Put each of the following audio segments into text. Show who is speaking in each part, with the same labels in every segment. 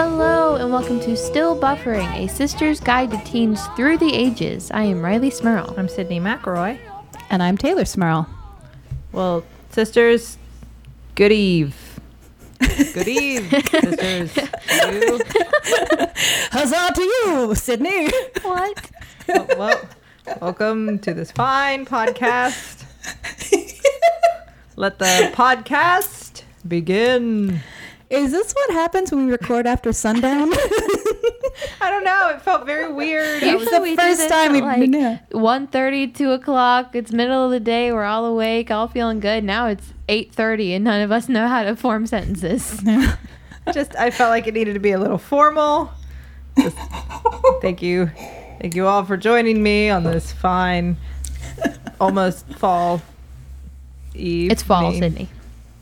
Speaker 1: and welcome to Still Buffering, a sister's guide to teens through the ages. I am Riley Smurl.
Speaker 2: I'm Sydney McElroy.
Speaker 3: And I'm Taylor Smurl.
Speaker 2: Well, sisters, good eve. Good eve, sisters. You,
Speaker 3: Huzzah to you, Sydney!
Speaker 1: What?
Speaker 2: well, well, welcome to this fine podcast. Let the podcast begin.
Speaker 3: Is this what happens when we record after sundown?
Speaker 2: I don't know. It felt very weird. I was-
Speaker 1: Usually we do
Speaker 3: first
Speaker 1: this
Speaker 3: time
Speaker 1: at
Speaker 3: we've- yeah.
Speaker 1: like one thirty, two o'clock. It's middle of the day. We're all awake, all feeling good. Now it's eight thirty, and none of us know how to form sentences.
Speaker 2: just I felt like it needed to be a little formal. Just- thank you, thank you all for joining me on this fine, almost fall eve.
Speaker 1: It's fall, Sydney.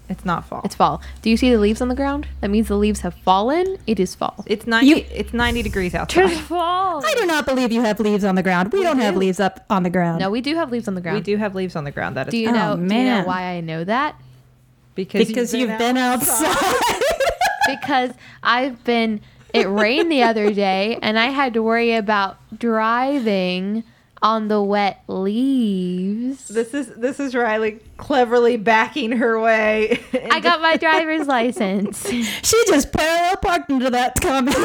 Speaker 2: It's not fall.
Speaker 1: It's fall. Do you see the leaves on the ground? That means the leaves have fallen. It is fall.
Speaker 2: It's ninety.
Speaker 3: You-
Speaker 2: it's ninety degrees outside.
Speaker 1: fall.
Speaker 3: I do not believe you have leaves on the ground. We, don't have leaves up on the ground.
Speaker 1: No, we do have leaves on the ground.
Speaker 2: We do have leaves on the ground. That is
Speaker 1: Do you
Speaker 3: Oh,
Speaker 1: know? Do you know
Speaker 3: man.
Speaker 1: why I know that?
Speaker 2: because,
Speaker 3: because you've been, outside.
Speaker 1: because I've been it rained the other day and I had to worry about driving on the wet leaves.
Speaker 2: This is this is Riley cleverly backing her way.
Speaker 1: I got my driver's license.
Speaker 3: she just parallel parked into that comment.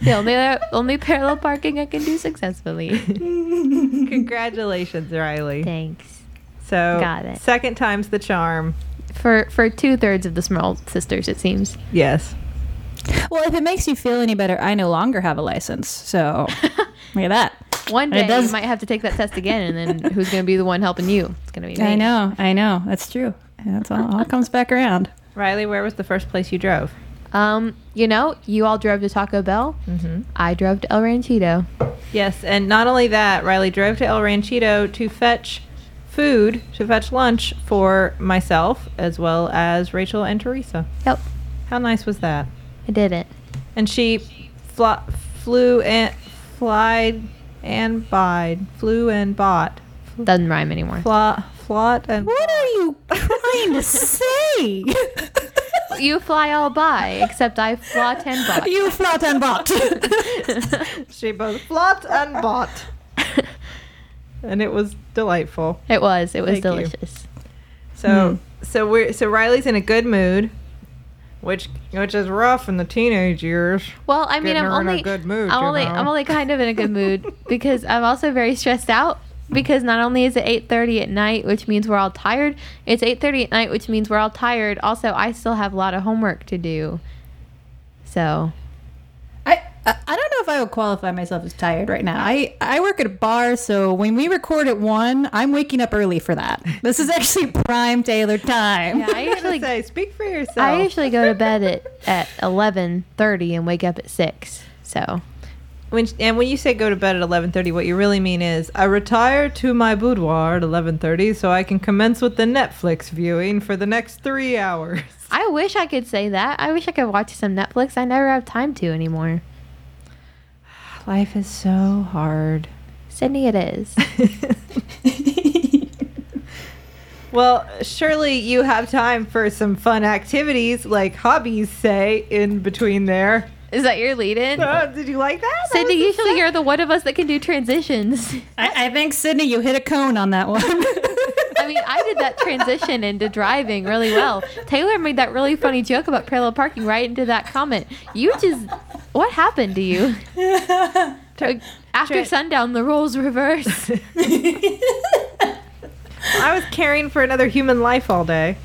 Speaker 1: The only only parallel parking I can do successfully.
Speaker 2: Congratulations, Riley.
Speaker 1: Thanks.
Speaker 2: So
Speaker 1: Got it.
Speaker 2: second time's the charm.
Speaker 1: For for two thirds of the Smurl sisters, it seems.
Speaker 2: Yes.
Speaker 3: well, if it makes you feel any better, I no longer have a license. So, look at that.
Speaker 1: One
Speaker 3: But it
Speaker 1: day you
Speaker 3: does-
Speaker 1: might have to take that test again and then who's gonna be the one helping you? It's gonna be me.
Speaker 3: I know, I know. That's true. That's all. All comes back around.
Speaker 2: Riley, where was the first place you drove?
Speaker 1: Um, you know, you all drove to Taco Bell. I drove to El Ranchito.
Speaker 2: Yes, and not only that, Riley drove to El Ranchito to fetch food, to fetch lunch for myself as well as Rachel and Teresa.
Speaker 1: Yep,
Speaker 2: How nice was that?
Speaker 1: I did it.
Speaker 2: And she fl- flew and flied and bide, flew and bought,
Speaker 1: Doesn't rhyme anymore.
Speaker 2: fla- flot and
Speaker 3: What are you trying to say?
Speaker 1: You fly all by, except I flaw ten bucks.
Speaker 3: you flat and bot.
Speaker 2: she both flot and bought, and it was delightful.
Speaker 1: it was. It was
Speaker 2: Thank you.
Speaker 1: delicious.
Speaker 2: So
Speaker 3: Hmm.
Speaker 2: so we're so Riley's in a good mood, which which is rough in the teenage years.
Speaker 1: Well, I mean, I'm
Speaker 2: Getting her in a
Speaker 1: only
Speaker 2: good mood,
Speaker 1: I'm
Speaker 2: you
Speaker 1: only
Speaker 2: know.
Speaker 1: I'm only kind of in a good mood because I'm also very stressed out because not only is it 8:30 at night, which means we're all tired. It's 8:30 at night, which means we're all tired. Also, I still have a lot of homework to do. So,
Speaker 3: I, I I don't know if I would qualify myself as tired right now. I, I work at a bar, so when we record at one, I'm waking up early for that. This is actually prime Taylor time.
Speaker 1: yeah, I usually
Speaker 2: Say, speak for yourself.
Speaker 1: I usually go to bed at at 11:30 and wake up at 6. So,
Speaker 2: When and when you say go to bed at eleven thirty, what you really mean is I retire to my boudoir at eleven thirty so I can commence with the Netflix viewing for the next three hours.
Speaker 1: I wish I could say that. I wish I could watch some Netflix. I never have time to anymore.
Speaker 2: Life is so hard.
Speaker 1: Sydney, it is.
Speaker 2: Well, surely you have time for some fun activities like hobbies, say, in between there.
Speaker 1: is that your lead in?
Speaker 2: Uh, did you like that? That
Speaker 1: Sydney,
Speaker 2: was-
Speaker 1: usually you're the one of us that can do transitions.
Speaker 3: I, I think Sydney, you hit a cone on that one.
Speaker 1: I mean, I did that transition into driving really well. Taylor made that really funny joke about parallel parking right into that comment. You just, what happened to you? Like, After
Speaker 2: Tra-
Speaker 1: sundown, the roles reverse.
Speaker 2: I was caring for another human life all day.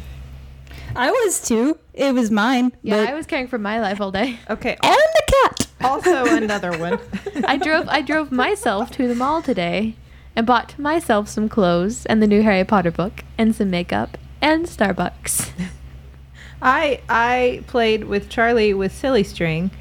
Speaker 3: I was too. It was mine.
Speaker 1: Yeah,
Speaker 3: but-
Speaker 1: I was caring for my life all day.
Speaker 2: Okay.
Speaker 3: and the cat.
Speaker 2: Also another one.
Speaker 1: I drove I drove myself to the mall today and bought myself some clothes and the new Harry Potter book and some makeup and Starbucks.
Speaker 2: I I played with Charlie with Silly String.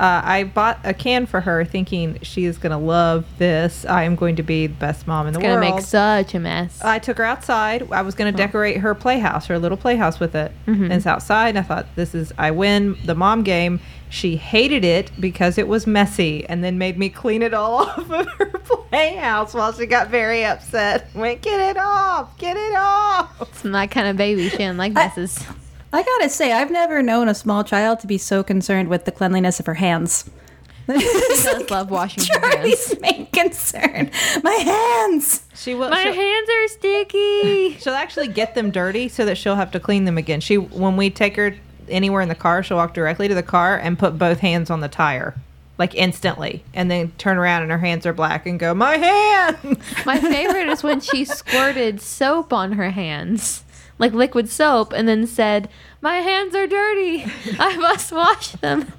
Speaker 2: Uh, I bought a can for her, thinking she is gonna love this. I am going to be the best mom in the
Speaker 1: Gonna
Speaker 2: world.
Speaker 1: make such a mess.
Speaker 2: I took her outside. I was going to decorate her playhouse, her little playhouse with it. And it's outside. And I thought, this is, I win the mom game. She hated it because it was messy and then made me clean it all off of her playhouse while she got very upset. Went, get it off, get it off.
Speaker 1: It's my kind of baby. She didn't like messes.
Speaker 3: I gotta say, I've never known a small child to be so concerned with the cleanliness of her hands.
Speaker 1: She does love washing her hands.
Speaker 3: Charlie's main concern, my hands.
Speaker 2: She will.
Speaker 1: My
Speaker 2: she'll-
Speaker 1: hands are sticky.
Speaker 2: She'll actually get them dirty so that she'll have to clean them again. She when we take her anywhere in the car, she'll walk directly to the car and put both hands on the tire. Like instantly, and then turn around and her hands are black and go, My hands!
Speaker 1: My favorite is when she squirted soap on her hands, like liquid soap, and then said, My hands are dirty. I must wash them.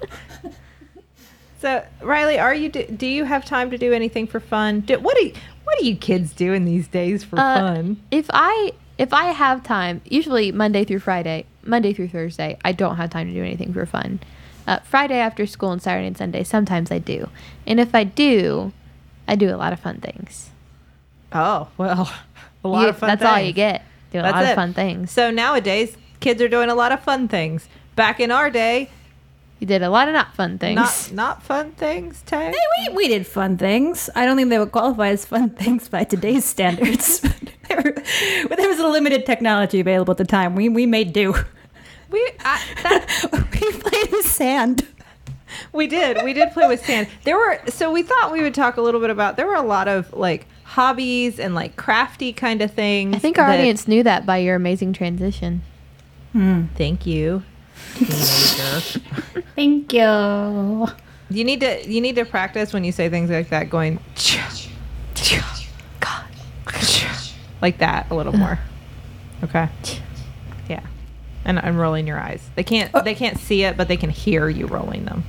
Speaker 2: So, Riley, are you do, do you have time to do anything for fun? Do, what do you, what do you kids doing these days for
Speaker 1: Uh,
Speaker 2: fun?
Speaker 1: If I if I have time, usually Monday through Friday, Monday through Thursday, I don't have time to do anything for fun. Uh, Friday after school and Saturday and Sunday, sometimes I do. And if I do, I do a lot of fun things.
Speaker 2: Oh, well, a lot
Speaker 1: You-
Speaker 2: of fun
Speaker 1: That's all you
Speaker 2: things.
Speaker 1: get. Do a
Speaker 2: That's
Speaker 1: lot
Speaker 2: it.
Speaker 1: of fun things.
Speaker 2: So nowadays, kids are doing a lot of fun things. Back in our day,
Speaker 1: You did a lot of not fun things.
Speaker 2: not not fun things, Tay.
Speaker 3: Hey, we we did fun things. I don't think they would qualify as fun things by today's standards. but there were- but there was a limited technology available at the time. We we made do.
Speaker 2: We I, that,
Speaker 3: we played with sand.
Speaker 2: we did we did play with sand. There were so we thought we would talk a little bit about. There were a lot of like hobbies and like crafty kind of things.
Speaker 1: I think our
Speaker 2: that-
Speaker 1: audience knew that by your amazing transition.
Speaker 2: Thank you. teenager.
Speaker 3: Thank you.
Speaker 2: You need to you need to practice when you say things like that, going like that a little more. Okay. Yeah. And I'm rolling your eyes. They can't
Speaker 1: Oh.
Speaker 2: they can't see it, but they can hear you rolling them.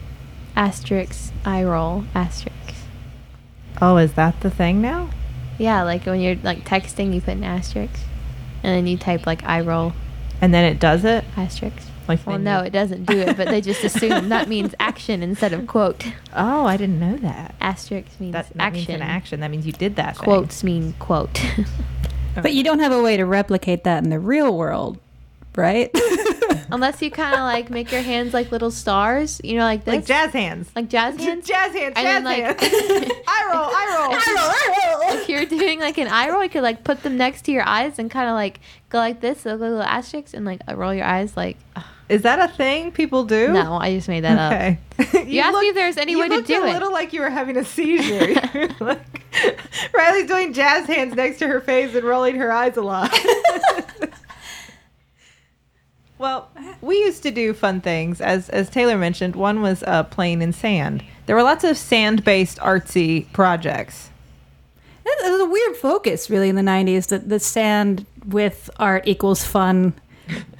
Speaker 1: Asterisk, eye roll, asterisk.
Speaker 2: Oh, is that the thing now?
Speaker 1: Yeah, like when you're like texting, you put an asterisk, and then you type like eye roll,
Speaker 2: And then it does it.
Speaker 1: asterisk.
Speaker 2: Like
Speaker 1: Well,
Speaker 2: they
Speaker 1: no,
Speaker 2: knew-
Speaker 1: it doesn't do it, but they just assume that means action instead of quote.
Speaker 2: Oh, I didn't know that.
Speaker 1: Asterisk means
Speaker 2: That, that means
Speaker 1: action.
Speaker 2: an action. That means you did that. thing.
Speaker 1: Quotes mean quote.
Speaker 3: But you don't have a way to replicate that in the real world, right?
Speaker 1: Unless you kind of like make your hands like little stars, you know, like this,
Speaker 2: like jazz hands.
Speaker 1: like jazz hands.
Speaker 2: Jazz hands.
Speaker 1: And then,
Speaker 2: Jazz
Speaker 1: like-
Speaker 2: hands. I roll. I roll.
Speaker 1: if you're doing like an eye roll, you could like put them next to your eyes and kind of like go like this, so little asterisks, and like uh, roll your eyes. Like, ugh,
Speaker 2: Is that a thing people do?
Speaker 1: no, I just made that up.
Speaker 2: Okay. you
Speaker 1: asked me if there was any
Speaker 2: you
Speaker 1: way to
Speaker 2: looked
Speaker 1: do
Speaker 2: a
Speaker 1: it.
Speaker 2: little like you were having a seizure. You're like, Riley's doing jazz hands next to her face and rolling her eyes a lot. well, we used to do fun things, as as Taylor mentioned. One was uh, playing in sand. There were lots of sand-based artsy projects.
Speaker 3: That that was a weird focus, really, in the '90s. That the sand with art equals fun.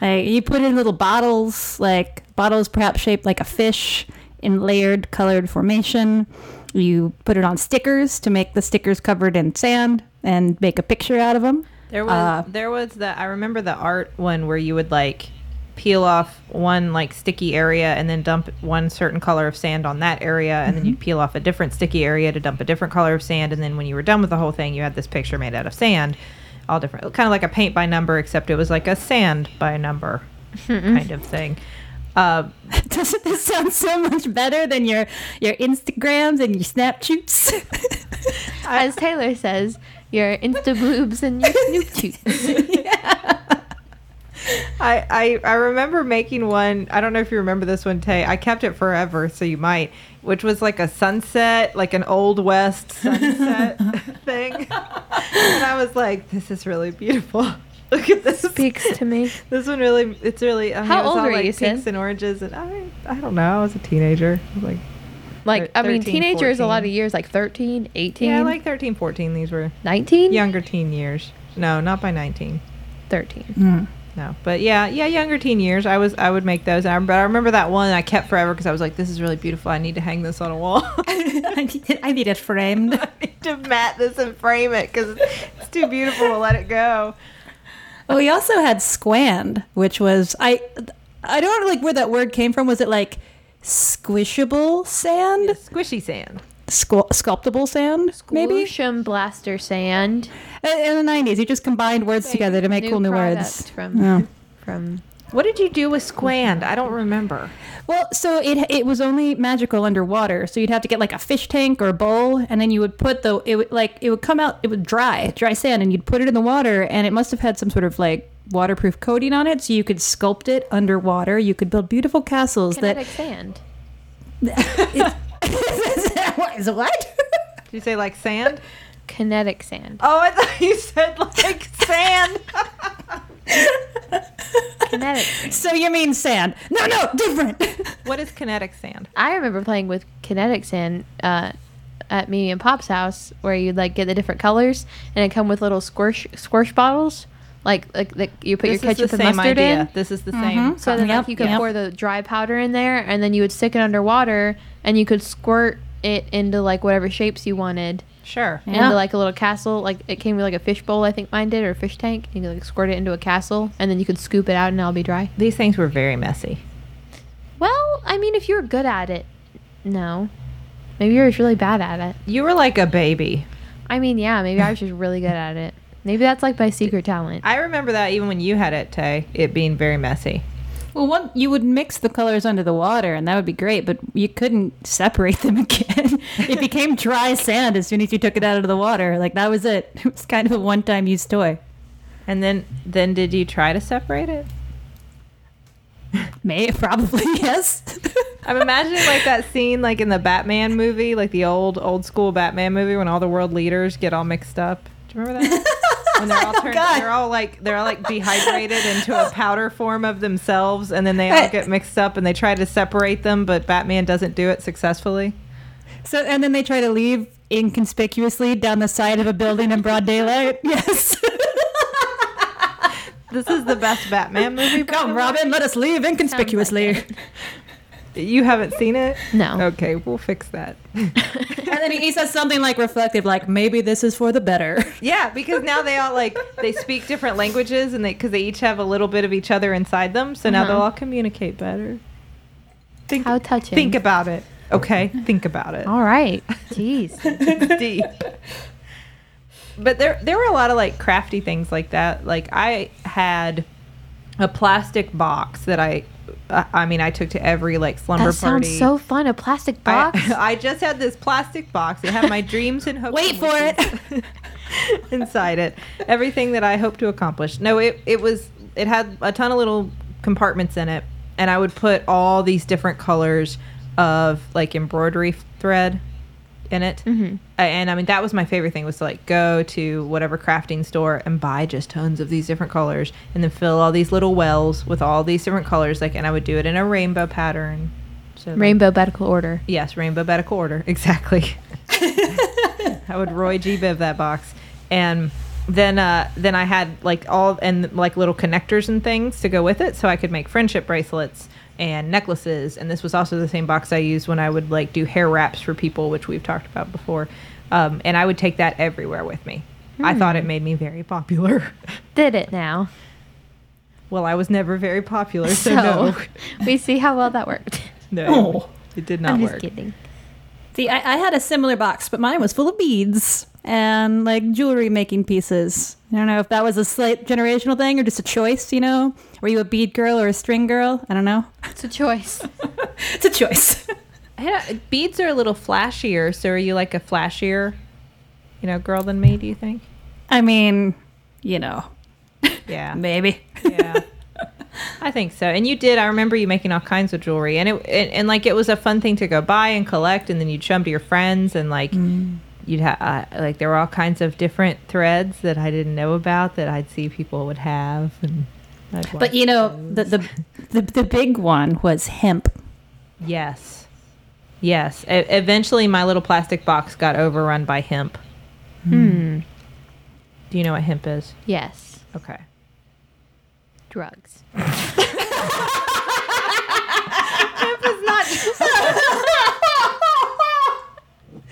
Speaker 3: Like you put in little bottles, like bottles perhaps shaped like a fish in layered, colored formation. You put it on stickers to make the stickers covered in sand and make a picture out of them.
Speaker 2: There was
Speaker 3: Uh,
Speaker 2: there was the I remember the art one where you would like peel off one like sticky area and then dump one certain color of sand on that area and then you'd peel off a different sticky area to dump a different color of sand and then when you were done with the whole thing you had this picture made out of sand all different kind of like a paint by number except it was like a sand by number kind of thing uh,
Speaker 3: Doesn't this sound so much better than your your Instagrams and your Snapchats?
Speaker 1: As Taylor says, your Insta boobs and your snoop toots.
Speaker 2: I, I I remember making one. I don't know if you remember this one, Tay. I kept it forever, so you might. Which was like a sunset, like an old west sunset thing. And I was like, "This is really beautiful. Look at this.
Speaker 1: Speaks to me.
Speaker 2: This one really. It's really. I mean,
Speaker 1: How
Speaker 2: it was
Speaker 1: old
Speaker 2: all
Speaker 1: were
Speaker 2: like
Speaker 1: you, Sid?
Speaker 2: Pinks and oranges, and I I don't know. I was a teenager. I was like
Speaker 1: Like, I mean,
Speaker 2: 13,
Speaker 1: teenager is a lot of
Speaker 2: 14.
Speaker 1: years, like 13, 18,
Speaker 2: yeah, like 13, 14. These were
Speaker 1: 19?
Speaker 2: younger teen years. No, not by nineteen.
Speaker 1: 13.
Speaker 2: Mm. No, but yeah, yeah, younger teen years, I was I would make those. I, but I remember that one I kept forever because I was like, this is really beautiful. I need to hang this on a wall. I
Speaker 3: I need it, I need it framed.
Speaker 2: need to mat this and frame it because it's too beautiful to let it go.
Speaker 3: Oh, we also had squand, which was I I don't know, like where that word came from. Was it like squishable sand,
Speaker 2: Squishy sand.
Speaker 3: Squ- sculptable sand, maybe?
Speaker 1: Squishum blaster sand.
Speaker 3: In in the nineties, you just combined words together to make cool new
Speaker 1: product
Speaker 3: words.
Speaker 1: From,
Speaker 3: Yeah.
Speaker 1: from
Speaker 2: What did you do with squand? I don't remember.
Speaker 3: Well, so it it was only magical underwater. So you'd have to get like a fish tank or a bowl, and then you would put the it would like it would come out. It would dry, dry sand, and you'd put it in the water, and it must have had some sort of like waterproof coating on it, so you could sculpt it underwater. You could build beautiful castles
Speaker 1: Kinetic sand.
Speaker 3: that. What is what?
Speaker 2: Did you say like sand?
Speaker 1: Kinetic sand.
Speaker 2: Oh, I thought you said like sand.
Speaker 1: Kinetic. sand.
Speaker 3: so you mean sand? No, no, different.
Speaker 2: what is kinetic sand?
Speaker 1: I remember playing with kinetic sand uh, at Mimi and Pop's house, where you'd like get the different colors, and it come with little squish squish bottles, like like that you put your ketchup and mustard in. Mm-hmm.
Speaker 2: This is the same.
Speaker 1: So then,
Speaker 3: Yep,
Speaker 1: like, you could
Speaker 3: yep.
Speaker 1: pour the dry powder in there, and then you would stick it underwater, and you could squirt it into like whatever shapes you wanted,
Speaker 2: Sure.
Speaker 3: Yeah.
Speaker 1: into like a little castle. Like it came with like a fish bowl, I think mine did, or a fish tank. You could like squirt it into a castle, and then you could scoop it out, and it'll be dry.
Speaker 2: These things were very messy.
Speaker 1: Well, I mean, if you're good at it, no. Maybe you're just really bad at it.
Speaker 2: You were like a baby.
Speaker 1: I mean, yeah, maybe I was just really good at it. Maybe that's like my secret talent.
Speaker 2: I remember that even when you had it, Tay, it being very messy.
Speaker 3: Well, one you would mix the colors under the water, and that would be great. But you couldn't separate them again. it became dry sand as soon as you took it out of the water. Like that was it. It was kind of a one-time use toy.
Speaker 2: And then, then did you try to separate it?
Speaker 3: May probably yes.
Speaker 2: I'm imagining like that scene, like in the Batman movie, like the old, old school Batman movie, when all the world leaders get all mixed up. Do you remember that? when they're all turned,
Speaker 3: God.
Speaker 2: they're all like, they're all like dehydrated into a powder form of themselves, and then they all get mixed up, and they try to separate them, but Batman doesn't do it successfully.
Speaker 3: So and then they try to leave inconspicuously down the side of a building in broad daylight. Yes.
Speaker 2: This is the best Batman movie.
Speaker 3: Come, Robin, let us leave inconspicuously.
Speaker 2: You haven't seen it?
Speaker 1: No.
Speaker 2: Okay, we'll fix that.
Speaker 3: and then he says something like reflective, like, maybe this is for the better.
Speaker 2: Yeah, because now they all like they speak different languages, and they because they each have a little bit of each other inside them, so now they'll all communicate better. Think,
Speaker 1: Uh-huh. How touching.
Speaker 2: Think about it. Okay, think about it.
Speaker 1: All right. Jeez.
Speaker 2: It's deep. But there there were a lot of like crafty things like that. Like I had a plastic box that I I I mean I took to every like slumber
Speaker 1: That
Speaker 2: party.
Speaker 1: sounds so fun. A plastic box.
Speaker 2: I, I just had this plastic box. It had my dreams and hopes.
Speaker 3: Wait
Speaker 2: and
Speaker 3: for
Speaker 2: wishes
Speaker 3: it.
Speaker 2: inside it. Everything that I hope to accomplish. No, it it was it had a ton of little compartments in it, and I would put all these different colors of like embroidery f- thread in it. Mm-hmm. And I mean that was my favorite thing was to like go to whatever crafting store and buy just tons of these different colors, and then fill all these little wells with all these different colors. Like, and I would do it in a rainbow pattern. So like,
Speaker 1: Rainbow medical order.
Speaker 2: Yes, rainbow at a quarter. Exactly. I would Roy G. Biv that box. And then uh, then I had like all and like little connectors and things to go with it so I could make friendship bracelets and necklaces. And this was also the same box I used when I would like do hair wraps for people, which we've talked about before. Um, and I would take that everywhere with me. I thought
Speaker 1: Hmm.
Speaker 2: it made me very popular.
Speaker 1: Did it now.
Speaker 2: well, I was never very popular,
Speaker 1: So
Speaker 2: so, no.
Speaker 1: we see how well that worked.
Speaker 2: No. It did not
Speaker 1: I'm just
Speaker 2: work.
Speaker 1: kidding.
Speaker 3: See, I, I had a similar box, but mine was full of beads and like jewelry making pieces. I don't know if that was a slight generational thing or just a choice, you know? Were you a bead girl or a string girl? I don't know.
Speaker 1: It's a choice.
Speaker 3: It's a choice.
Speaker 2: Yeah, beads are a little flashier. So are you like a flashier, you know, girl than me? Do you think?
Speaker 3: I mean, you know,
Speaker 2: Yeah,
Speaker 3: maybe.
Speaker 2: yeah. I think so. And you did. I remember you making all kinds of jewelry, and it and, and like it was a fun thing to go buy and collect, and then you'd show 'em to your friends, and like you'd have uh, like there were all kinds of different threads that I didn't know about that I'd see people would have, and I'd
Speaker 3: But you know, the, the, the, the big one was hemp.
Speaker 2: yes, yes. E- eventually, my little plastic box got overrun by hemp.
Speaker 1: Hmm.
Speaker 2: Do you know what hemp is?
Speaker 1: Yes.
Speaker 2: Okay.
Speaker 1: Drugs.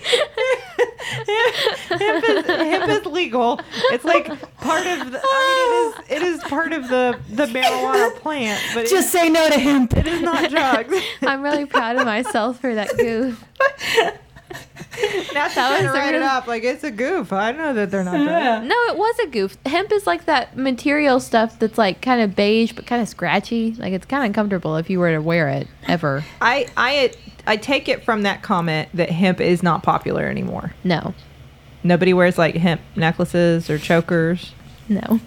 Speaker 2: hemp, is, hemp is legal. It's like part of the. I mean, it is. It is part of the the marijuana plant, but it-
Speaker 3: Just say no to hemp.
Speaker 2: it is not drugs.
Speaker 1: I'm really proud of myself for that goof.
Speaker 2: Now
Speaker 1: That
Speaker 2: she's trying to
Speaker 1: was a
Speaker 2: write it
Speaker 1: really-
Speaker 2: up like it's a goof. I know that they're not drugs.
Speaker 1: No, it was a goof. Hemp is like that material stuff that's like kind of beige but kind of scratchy. Like it's kind of uncomfortable if you were to wear it ever.
Speaker 2: I I I take it from that comment that hemp is not popular anymore.
Speaker 1: No,
Speaker 2: Nobody wears like hemp necklaces or chokers.
Speaker 1: no.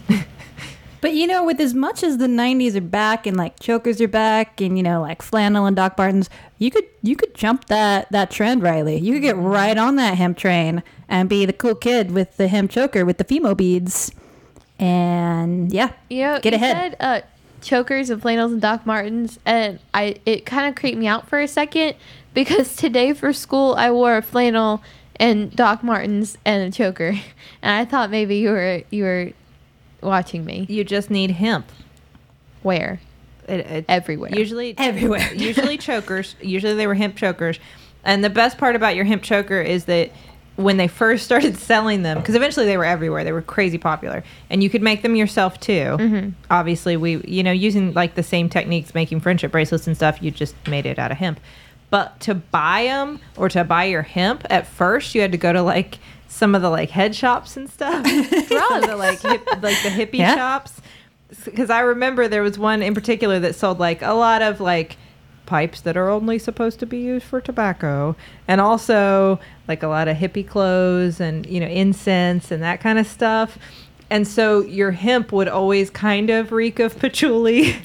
Speaker 3: But you know, with as much as the '90s are back and like chokers are back, and you know, like flannel and Doc Martens, you could you could jump that that trend, Riley. You could get right on that hemp train and be the cool kid with the hemp choker with the Fimo beads, and yeah,
Speaker 1: You know,
Speaker 3: get
Speaker 1: you
Speaker 3: ahead.
Speaker 1: said uh, chokers and flannels and Doc Martens, and I it kind of creeped me out for a second because today for school I wore a flannel and Doc Martens and a choker, and I thought maybe you were you were watching me.
Speaker 2: You just need hemp.
Speaker 1: Where?
Speaker 2: It, it-
Speaker 1: Everywhere.
Speaker 2: Usually
Speaker 3: Everywhere.
Speaker 2: usually chokers. Usually they were hemp chokers. And the best part about your hemp choker is that when they first started selling them, because eventually they were everywhere, they were crazy popular, and you could make them yourself too. Obviously, we you know using like the same techniques, making friendship bracelets and stuff. You just made it out of hemp. But to buy them or to buy your hemp, at first you had to go to like some of the like head shops and stuff, some of the like hip, like the hippie
Speaker 3: Yeah.
Speaker 2: shops because I remember there was one in particular that sold like a lot of like pipes that are only supposed to be used for tobacco and also like a lot of hippie clothes and you know incense and that kind of stuff and so your hemp would always kind of reek of patchouli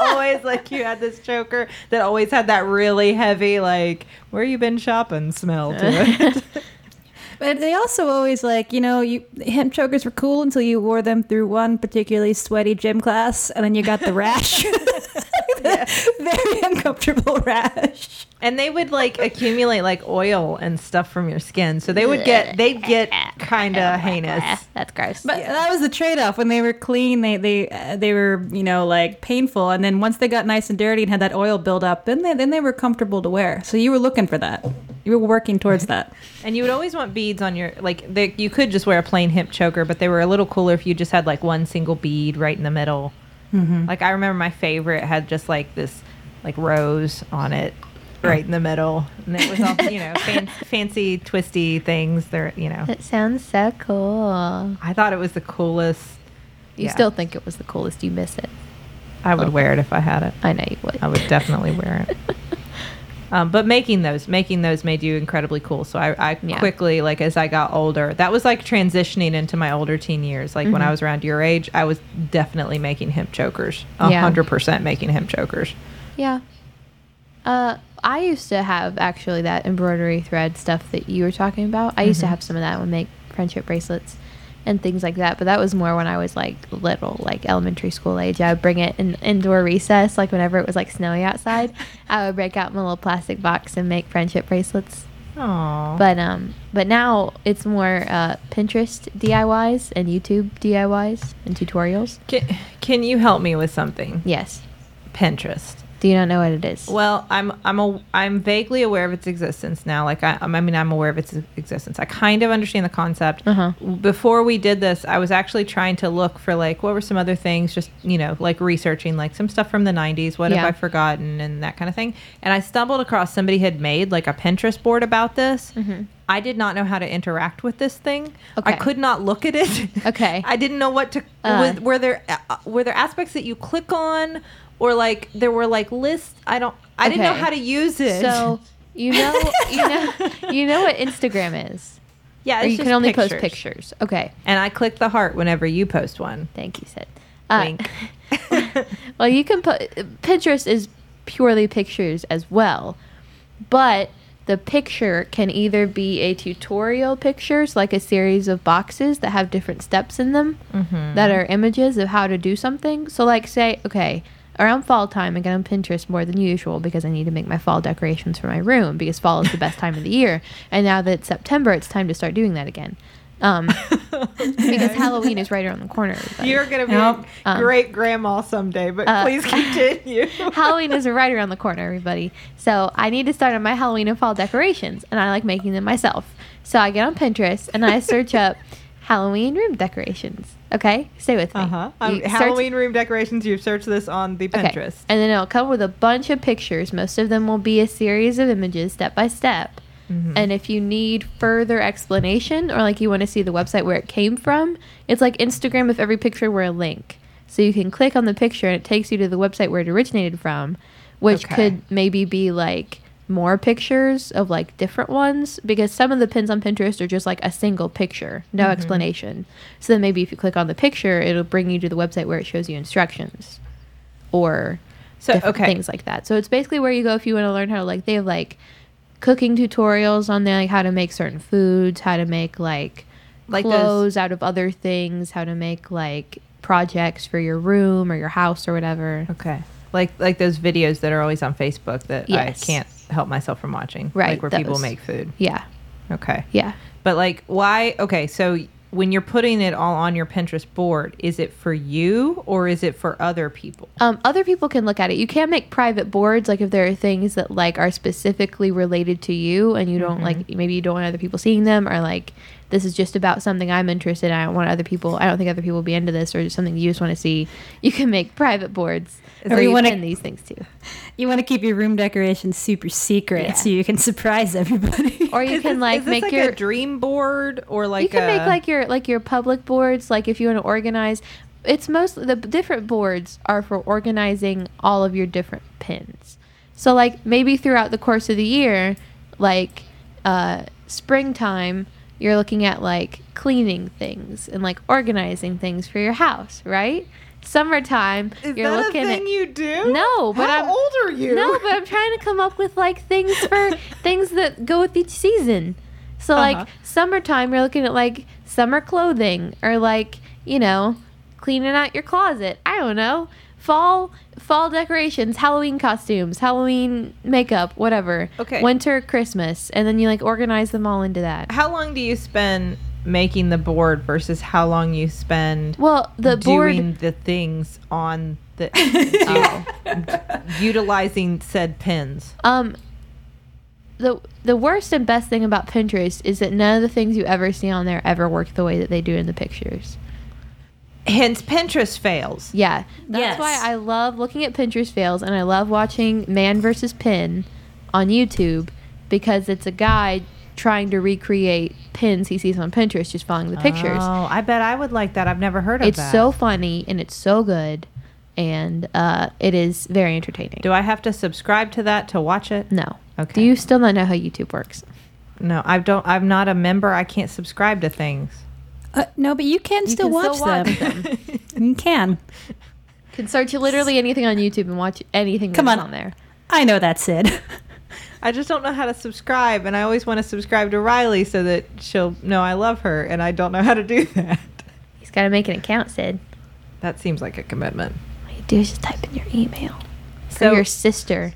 Speaker 2: always like you had this choker that always had that really heavy like where you been shopping smell to it
Speaker 3: But they also always like, you know, you hemp chokers were cool until you wore them through one particularly sweaty gym class, and then you got the rash. Very uncomfortable rash.
Speaker 2: And they would like accumulate like oil and stuff from your skin. So they would get they'd get kind of heinous.
Speaker 1: That's gross.
Speaker 3: But that was the trade-off. When they were clean, they they uh, they were you know like painful, and then once they got nice and dirty and had that oil build up, then they then they were comfortable to wear. So you were looking for that. You were working towards that.
Speaker 2: And you would always want beads on your like they, you could just wear a plain hemp choker, but they were a little cooler if you just had like one single bead right in the middle. Like I remember my favorite had just like this like rose on it right in the middle. And it was all, you know, fan, fancy twisty things. They're, you know.
Speaker 1: that sounds so cool.
Speaker 2: I thought it was the coolest.
Speaker 1: You
Speaker 2: Yeah.
Speaker 1: still think it was the coolest. You miss it.
Speaker 2: I would wear it if I had it.
Speaker 1: I know you would.
Speaker 2: I would definitely wear it. Um, but making those, making those made you incredibly cool. So I, I
Speaker 1: Yeah.
Speaker 2: quickly, like as I got older, that was like transitioning into my older teen years. Like when
Speaker 1: Mm-hmm.
Speaker 2: I was around your age, I was definitely making hemp chokers. A
Speaker 1: Yeah.
Speaker 2: hundred percent making hemp chokers.
Speaker 1: Yeah. Uh, I used to have actually that embroidery thread stuff that you were talking about. I used
Speaker 2: Mm-hmm.
Speaker 1: to have some of that when make friendship bracelets and things like that. But that was more when I was like little, like elementary school age. I would bring it in indoor recess, like whenever it was like snowy outside. I would break out my little plastic box and make friendship bracelets.
Speaker 2: Aww.
Speaker 1: But um, but now it's more uh, Pinterest DIYs and YouTube DIYs and tutorials.
Speaker 2: can, can you help me with something?
Speaker 1: Yes.
Speaker 2: Pinterest.
Speaker 1: Do you not know what it is?
Speaker 2: Well, I'm I'm a, I'm vaguely aware of its existence now. Like I I mean I'm aware of its existence. I kind of understand the concept.
Speaker 1: Uh-huh.
Speaker 2: Before we did this, I was actually trying to look for like what were some other things just, you know, like researching like some stuff from the 90s, what
Speaker 1: Yeah.
Speaker 2: have I forgotten and that kind of thing. And I stumbled across somebody had made like a Pinterest board about this. I did not know how to interact with this thing. I
Speaker 1: Mm-hmm. Okay.
Speaker 2: could not look at it.
Speaker 1: Okay.
Speaker 2: I didn't know what to
Speaker 1: Uh.
Speaker 2: was- were there uh, were there aspects that you click on or like there were like lists i don't i didn't know
Speaker 1: Okay.
Speaker 2: how to use it
Speaker 1: So you know, you know, you know what Instagram is.
Speaker 2: yeah
Speaker 1: Or
Speaker 2: it's
Speaker 1: you can
Speaker 2: just
Speaker 1: only post pictures. Okay,
Speaker 2: and i click the heart whenever you post one
Speaker 1: thank you, Sid. Uh,
Speaker 2: Wink.
Speaker 1: well, you can put Pinterest is purely pictures as well, but the picture can either be a tutorial pictures like a series of boxes that have different steps in them that are images of how to do something. So, like, say, okay, around fall time, I get on Pinterest more than usual because I need to make my fall decorations for my room because fall is the best time of the year. And now that it's September, it's time to start doing that again. Um, because Halloween is right around the corner. everybody.
Speaker 2: you're gonna be a
Speaker 1: Um.
Speaker 2: great grandma someday but please continue
Speaker 1: Uh, Halloween is right around the corner, everybody. So I need to start on my Halloween and fall decorations, and I like making them myself. So I get on Pinterest and I search up Halloween room decorations. Okay, stay with me.
Speaker 2: uh-huh um,
Speaker 1: You search-
Speaker 2: halloween room decorations you've searched this on the
Speaker 1: Okay.
Speaker 2: pinterest
Speaker 1: And then it'll come with a bunch of pictures. Most of them will be a series of images step by step. And if you need further explanation or like you want to see the website where it came from, it's like Instagram if every picture were a link. So you can click on the picture and it takes you to the website where it originated from, which
Speaker 2: Okay.
Speaker 1: could maybe be like more pictures of like different ones because some of the pins on Pinterest are just like a single picture, no explanation. So then maybe if you click on the picture, it'll bring you to the website where it shows you instructions or
Speaker 2: So,
Speaker 1: different
Speaker 2: okay.
Speaker 1: things like that. So it's basically where you go if you want to learn how to like they have like cooking tutorials on there, like how to make certain foods, how to make like,
Speaker 2: Like those-
Speaker 1: clothes out of other things, how to make like projects for your room or your house or whatever.
Speaker 2: Okay. Like like those videos that are always on Facebook that
Speaker 1: Yes.
Speaker 2: I can't help myself from watching.
Speaker 1: Right,
Speaker 2: Like where people
Speaker 1: those.
Speaker 2: make food.
Speaker 1: Yeah.
Speaker 2: Okay.
Speaker 1: Yeah.
Speaker 2: But like why okay, so when you're putting it all on your Pinterest board, is it for you or is it for other people?
Speaker 1: Um, other people can look at it. You can make private boards, like if there are things that like are specifically related to you, and you don't like
Speaker 2: Mm-hmm.
Speaker 1: maybe you don't want other people seeing them, or like this is just about something I'm interested. in. I don't want other people. I don't think other people will be into this, or just something you just want to see. You can make private boards,
Speaker 3: Or
Speaker 1: or
Speaker 3: you
Speaker 1: you
Speaker 3: wanna-
Speaker 1: pin these things too,
Speaker 3: You want to keep your room decorations super secret
Speaker 1: Yeah.
Speaker 3: so you can surprise everybody.
Speaker 1: or you
Speaker 2: Is
Speaker 1: can
Speaker 2: this-
Speaker 1: like
Speaker 2: is this
Speaker 1: make
Speaker 2: like
Speaker 1: your
Speaker 2: a dream board or like uh,
Speaker 1: you can
Speaker 2: a,
Speaker 1: make like your like your public boards like if you want to organize it's mostly the different boards are for organizing all of your different pins so like maybe throughout the course of the year like uh springtime you're looking at like cleaning things and like organizing things for your house right summertime
Speaker 2: Is
Speaker 1: you're
Speaker 2: that a
Speaker 1: looking
Speaker 2: thing
Speaker 1: at
Speaker 2: you do?
Speaker 1: No, but
Speaker 2: How
Speaker 1: I'm-
Speaker 2: old are you?
Speaker 1: no, but I'm trying to come up with like things for things that go with each season. So
Speaker 2: Uh-huh.
Speaker 1: like summertime, you're looking at like summer clothing or like you know cleaning out your closet. I don't know. Fall fall decorations, Halloween costumes, Halloween makeup, whatever.
Speaker 2: Okay.
Speaker 1: Winter, Christmas, and then you like organize them all into that.
Speaker 2: how long do you spend making the board versus how long you spend
Speaker 1: Well, the board.
Speaker 2: doing the things on the do- utilizing said pins.
Speaker 1: Um, the the worst and best thing about Pinterest is that none of the things you ever see on there ever work the way that they do in the pictures.
Speaker 2: Hence, Pinterest fails.
Speaker 1: Yeah, that's
Speaker 3: Yes.
Speaker 1: why I love looking at Pinterest fails, and I love watching Man versus Pin on YouTube because it's a guy trying to recreate pins he sees on Pinterest, just following the pictures.
Speaker 2: Oh, I bet I would like that. I've never heard of
Speaker 1: it's
Speaker 2: that.
Speaker 1: so funny and it's so good, and uh, it is very entertaining.
Speaker 2: Do I have to subscribe to that to watch it?
Speaker 1: no.
Speaker 2: Okay.
Speaker 1: Do you still not know how YouTube works?
Speaker 2: No, I don't. I'm not a member. I can't subscribe to things.
Speaker 3: Uh, no, but you can still
Speaker 1: can
Speaker 3: watch
Speaker 1: still watch
Speaker 3: them. you can.
Speaker 1: Can search literally anything on YouTube and watch anything
Speaker 3: Come
Speaker 1: that's
Speaker 3: on.
Speaker 1: on there.
Speaker 3: I know that's it.
Speaker 2: I just don't know how to subscribe, and I always want to subscribe to Riley so that she'll know I love her, and I don't know how to do that.
Speaker 1: He's got to make an account, Sid.
Speaker 2: That seems like a commitment.
Speaker 1: All you do is just type in your email
Speaker 2: So-
Speaker 1: for your sister.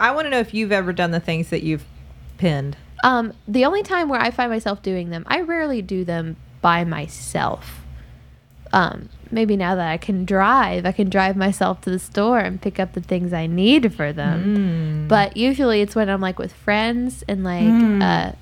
Speaker 2: I want to know if you've ever done the things that you've pinned.
Speaker 1: Um, the only time where I find myself doing them, I rarely do them by myself. Um, maybe now that I can drive, I can drive myself to the store and pick up the things I need for them. But usually it's when I'm like with friends and like uh,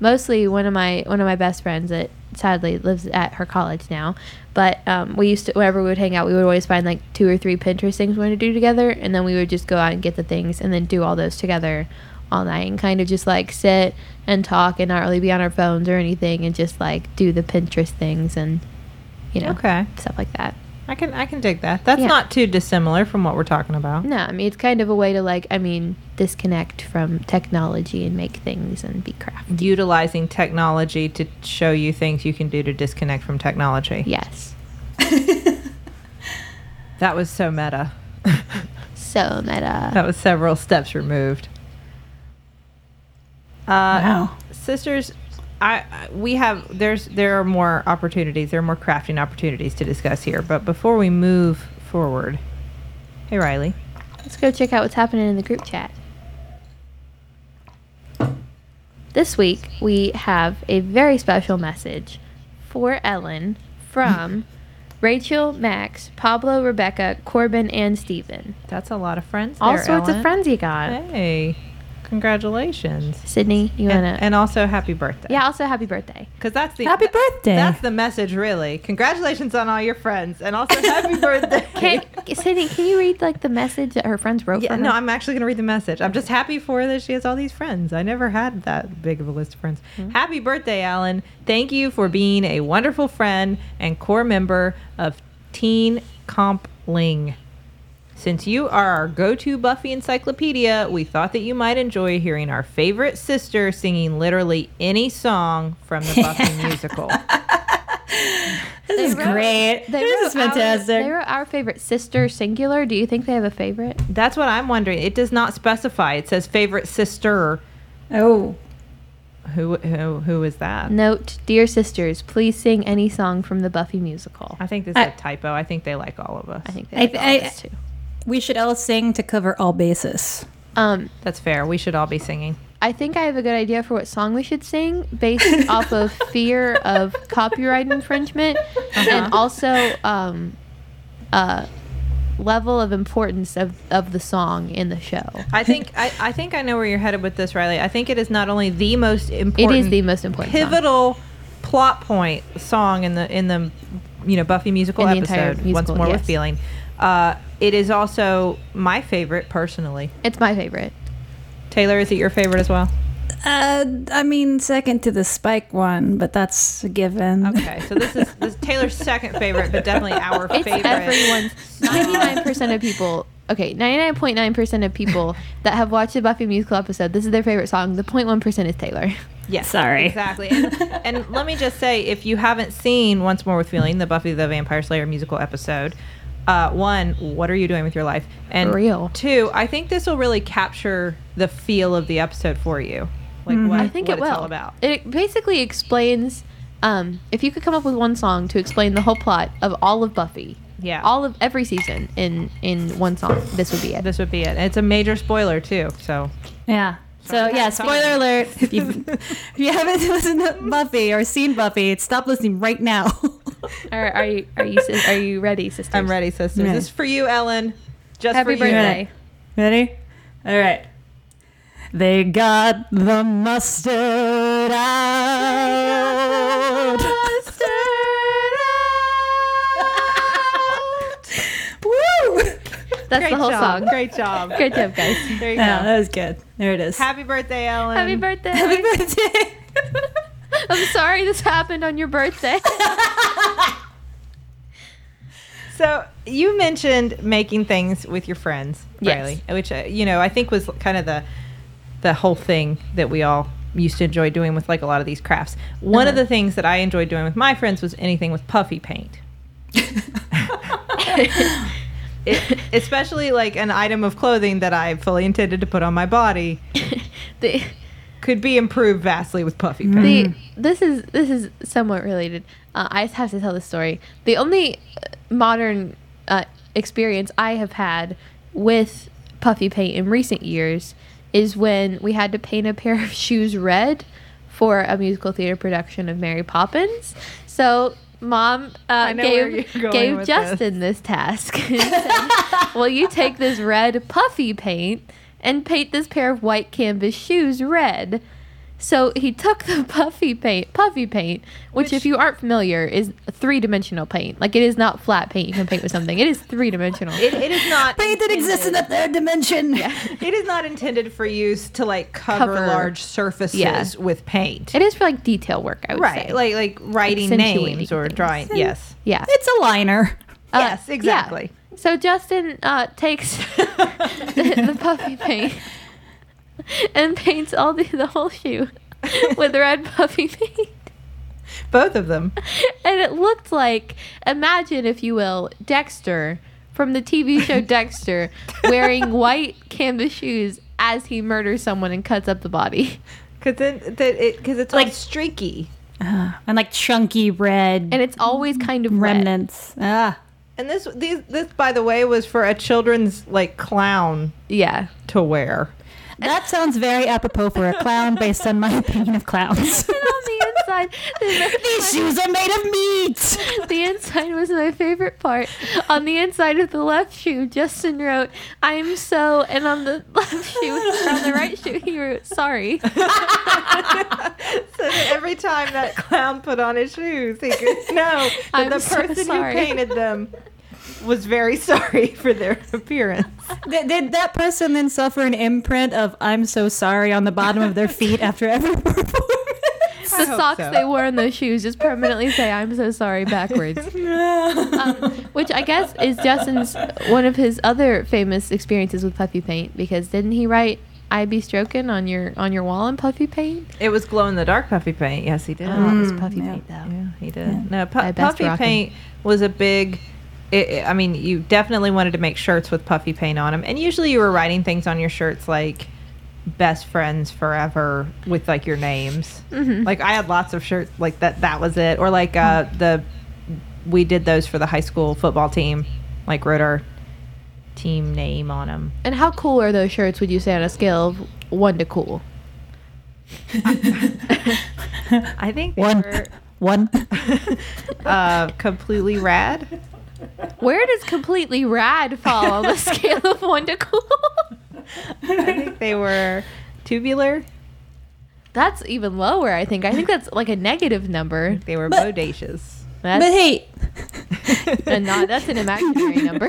Speaker 1: mostly one of my one of my best friends that sadly lives at her college now. But um, we used to whenever we would hang out, we would always find like two or three Pinterest things we wanted to do together, and then we would just go out and get the things and then do all those together all night and kind of just like sit and talk and not really be on our phones or anything and just like do the Pinterest things and you know
Speaker 2: Okay.
Speaker 1: stuff like that.
Speaker 2: I can I can dig that. That's
Speaker 1: Yeah.
Speaker 2: not too dissimilar from what we're talking about.
Speaker 1: No, I mean it's kind of a way to like I mean disconnect from technology and make things and be crafty.
Speaker 2: Utilizing technology to show you things you can do to disconnect from technology.
Speaker 1: Yes.
Speaker 2: That was so meta.
Speaker 1: So meta.
Speaker 2: That was several steps removed. Uh,
Speaker 3: wow.
Speaker 2: sisters I, I- we have there's there are more opportunities there are more crafting opportunities to discuss here but before we move forward hey riley
Speaker 1: Let's go check out what's happening in the group chat. This week, we have a very special message for Ellen from Rachel, Max, Pablo, Rebecca, Corbin, and Steven.
Speaker 2: that's a lot of friends
Speaker 1: All
Speaker 2: there,
Speaker 1: sorts of
Speaker 2: Ellen.
Speaker 1: friends you got.
Speaker 2: hey congratulations
Speaker 1: Sydney, you
Speaker 2: and,
Speaker 1: want to.
Speaker 2: and also happy birthday
Speaker 1: Yeah, also happy birthday.
Speaker 2: because that's the
Speaker 3: Happy birthday.
Speaker 2: that's the message really congratulations on all your friends and also happy birthday
Speaker 1: Can, Sydney, can you read like the message that her friends wrote
Speaker 2: yeah,
Speaker 1: for her?
Speaker 2: no, I'm actually going to read the message. I'm just happy for her that she has all these friends. I never had that big of a list of friends.
Speaker 1: Mm-hmm.
Speaker 2: Happy birthday, Alan. Thank you for being a wonderful friend and core member of Teen Comp Ling. Since you are our go to Buffy encyclopedia, we thought that you might enjoy hearing our favorite sister singing literally any song from the Buffy musical.
Speaker 1: They
Speaker 3: This is
Speaker 1: wrote-
Speaker 3: great.
Speaker 1: they
Speaker 3: This is
Speaker 1: wrote our-
Speaker 3: fantastic.
Speaker 1: they were our favorite sister singular. Do you think they have a favorite?
Speaker 2: That's what I'm wondering. It does not specify. It says favorite sister.
Speaker 3: oh,
Speaker 2: Who who who is that?
Speaker 1: Note, dear sisters, please sing any song from the Buffy musical.
Speaker 2: I think this is
Speaker 3: I-
Speaker 2: a typo. I think they like all of us.
Speaker 1: I think they
Speaker 3: I-
Speaker 1: like all
Speaker 3: I-
Speaker 1: of us too.
Speaker 3: we should all sing to cover all bases.
Speaker 1: Um,
Speaker 2: That's fair. We should all be singing.
Speaker 1: I think I have a good idea for what song we should sing based off of fear of copyright infringement
Speaker 2: Uh-huh.
Speaker 1: and also um, uh, level of importance of, of the song in the show.
Speaker 2: I think I, I think I know where you're headed with this, Riley. I think it is not only the most
Speaker 1: It
Speaker 2: important
Speaker 1: is the most important song
Speaker 2: pivotal plot point song in the in the you know Buffy musical
Speaker 1: In the
Speaker 2: episode.
Speaker 1: entire
Speaker 2: Once
Speaker 1: musical,
Speaker 2: more with
Speaker 1: yes.
Speaker 2: feeling. Uh, it is also my favorite personally.
Speaker 1: It's my favorite.
Speaker 2: Taylor, is it your favorite as well?
Speaker 3: Uh, I mean, second to the Spike one, but that's a given.
Speaker 2: Okay, so this is this is Taylor's second favorite, but definitely our
Speaker 1: It's
Speaker 2: favorite.
Speaker 1: everyone's. Ninety nine percent of people. Okay, ninety nine point nine percent of people that have watched the Buffy musical episode. This is their favorite song. The 0.1 percent is Taylor.
Speaker 2: Yes,
Speaker 3: Sorry.
Speaker 2: Exactly. And, and let me just say, if you haven't seen Once More with Feeling, the Buffy the Vampire Slayer musical episode, uh, one, what are you doing with your life? And
Speaker 1: Real.
Speaker 2: two, I think this will really capture the feel of the episode for you. Like what,
Speaker 1: Mm-hmm. I think
Speaker 2: what
Speaker 1: it will.
Speaker 2: it's all about.
Speaker 1: It basically explains. Um, if you could come up with one song to explain the whole plot of all of Buffy,
Speaker 2: Yeah.
Speaker 1: all of every season in in one song, this would be it.
Speaker 2: This would be it. And it's a major spoiler too. So
Speaker 3: Yeah. So yeah, spoiler alert. If you, if you haven't listened to Buffy or seen Buffy, stop listening right now.
Speaker 1: Are, are you are you sis- are you ready, sisters?
Speaker 2: I'm ready, sisters.
Speaker 3: Yeah.
Speaker 2: This is for you, Ellen. Just
Speaker 1: Happy
Speaker 2: for you.
Speaker 1: birthday.
Speaker 3: Ready? All right. They got the mustard out. Woo!
Speaker 1: That's
Speaker 2: Great
Speaker 1: the whole
Speaker 2: job.
Speaker 1: song.
Speaker 2: Great job.
Speaker 1: Good job, guys.
Speaker 2: There you go.
Speaker 3: Yeah, that was good. There it is.
Speaker 2: Happy birthday, Ellen.
Speaker 1: Happy birthday.
Speaker 3: Happy birthday.
Speaker 1: I'm sorry this happened on your birthday.
Speaker 2: So you mentioned making things with your friends,
Speaker 1: Yes.
Speaker 2: Riley, which uh, you know I think was kind of the the whole thing that we all used to enjoy doing with like a lot of these crafts. One
Speaker 1: Uh-huh.
Speaker 2: of the things that I enjoyed doing with my friends was anything with puffy paint. It, especially like an item of clothing that I fully intended to put on my body
Speaker 1: the,
Speaker 2: could be improved vastly with puffy paint.
Speaker 1: the
Speaker 2: Mm-hmm.
Speaker 1: this is this is somewhat related. Uh, I just have to tell this story. The only uh, modern uh, experience I have had with puffy paint in recent years is when we had to paint a pair of shoes red for a musical theater production of Mary Poppins. So mom uh,
Speaker 2: know where
Speaker 1: gave
Speaker 2: you're going
Speaker 1: gave
Speaker 2: with
Speaker 1: Justin this task. and said, Will you take this red puffy paint and paint this pair of white canvas shoes red? So he took the puffy paint, puffy paint, which, if you aren't familiar, is three dimensional paint. Like it is not flat paint you can paint with something. It is three dimensional.
Speaker 2: It, it is not
Speaker 3: Paint that exists in the third dimension.
Speaker 2: it is not intended for use to like cover,
Speaker 1: Cover.
Speaker 2: large surfaces
Speaker 1: Yeah.
Speaker 2: with paint.
Speaker 1: It is for like detail work, I would
Speaker 2: right
Speaker 1: say.
Speaker 2: like like writing
Speaker 1: Accentuating
Speaker 2: names or
Speaker 1: things.
Speaker 2: drawing yes
Speaker 1: yeah.
Speaker 3: It's a liner.
Speaker 1: Uh,
Speaker 2: Yes,
Speaker 1: yeah.
Speaker 2: exactly.
Speaker 1: So Justin uh, takes the, the puffy paint and paints all the, the whole shoe with red puffy paint.
Speaker 2: both of them
Speaker 1: And it looked like, imagine, if you will, Dexter from the TV show Dexter wearing white canvas shoes as he murders someone and cuts up the body.
Speaker 2: because then that it because it's like
Speaker 3: Like-
Speaker 2: streaky
Speaker 3: And like chunky red
Speaker 1: And it's always kind of red.
Speaker 3: remnants. Ah.
Speaker 2: and this these, this by the way was for a children's like clown
Speaker 1: Yeah.
Speaker 2: to wear
Speaker 3: That sounds very apropos for a clown based on my opinion of clowns.
Speaker 1: And on the inside, the-
Speaker 3: These shoes are made of meat.
Speaker 1: the inside was my favorite part. On the inside of the left shoe, Justin wrote, I'm so, and on the left shoe, or on the right shoe, he wrote, sorry.
Speaker 2: so that every time that clown put on his shoes he could know that
Speaker 1: I'm
Speaker 2: the
Speaker 1: so
Speaker 2: person who
Speaker 1: sorry.
Speaker 2: painted them was very sorry for their appearance
Speaker 3: Did, did that person then suffer an imprint of "I'm so sorry" on the bottom of their feet after every performance?
Speaker 1: the
Speaker 2: hope
Speaker 1: socks
Speaker 2: so.
Speaker 1: they wore and those shoes just permanently say "I'm so sorry" backwards. um, which I guess is Justin's one of his other famous experiences with puffy paint because didn't he write "I be stroking" on your on your wall in puffy paint?
Speaker 2: It was glow in the dark puffy paint. Yes, he did.
Speaker 1: Oh, it was
Speaker 3: Mm,
Speaker 1: puffy
Speaker 3: yeah.
Speaker 1: paint though.
Speaker 2: Yeah, he did.
Speaker 3: Yeah.
Speaker 2: No, pu-
Speaker 1: My best
Speaker 2: puffy
Speaker 1: rockin'.
Speaker 2: paint was a big. It, it- I mean, you definitely wanted to make shirts with puffy paint on them, and usually you were writing things on your shirts like "best friends forever" with like your names. Like I had lots of shirts like that. That was it, or like uh, the we did those for the high school football team. Like wrote our team name on them.
Speaker 1: And how cool are those shirts? Would you say on a scale of one to cool?
Speaker 2: I think they
Speaker 3: One.
Speaker 2: were
Speaker 3: One.
Speaker 2: uh, completely rad.
Speaker 1: Where does completely rad fall on the scale of one to cool?
Speaker 2: I think they were tubular.
Speaker 1: That's even lower, I think. I think that's like a negative number.
Speaker 2: They were
Speaker 3: But-
Speaker 2: bodacious.
Speaker 1: That's,
Speaker 3: But hey,
Speaker 1: a not, that's an imaginary number.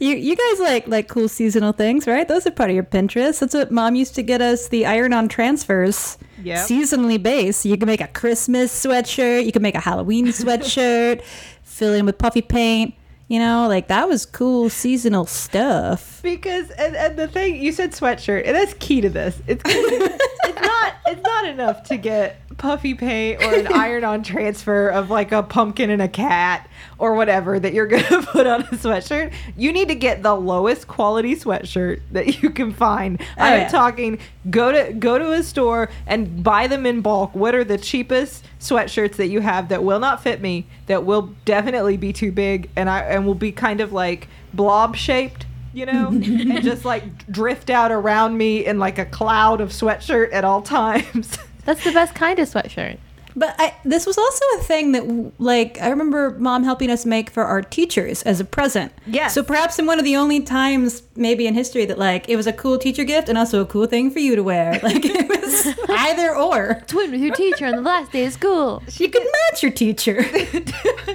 Speaker 3: you you guys like like cool seasonal things, right? Those are part of your Pinterest. That's what mom used to get us the iron-on transfers.
Speaker 2: Yep.
Speaker 3: Seasonally based. You can make a Christmas sweatshirt, you can make a Halloween sweatshirt, fill in with puffy paint. You know, like that was cool seasonal stuff.
Speaker 2: Because and, and the thing you said sweatshirt, and that's key to this. It's it's not it's not enough to get puffy paint or an iron on transfer of like a pumpkin and a cat or whatever that you're gonna put on a sweatshirt. You need to get the lowest quality sweatshirt that you can find. I'm
Speaker 3: yeah.
Speaker 2: talking go to go to a store and buy them in bulk. What are the cheapest sweatshirts that you have that will not fit me, that will definitely be too big and I and will be kind of like blob shaped you know, and just like drift out around me in like a cloud of sweatshirt at all times.
Speaker 1: That's the best kind of sweatshirt.
Speaker 3: But I, this was also a thing that, like, I remember mom helping us make for our teachers as a present.
Speaker 2: Yes.
Speaker 3: So perhaps in one of the only times, maybe in history, that like it was a cool teacher gift and also a cool thing for you to wear. Like it was either or.
Speaker 1: Twin with your teacher on the last day of school.
Speaker 3: You could match your teacher.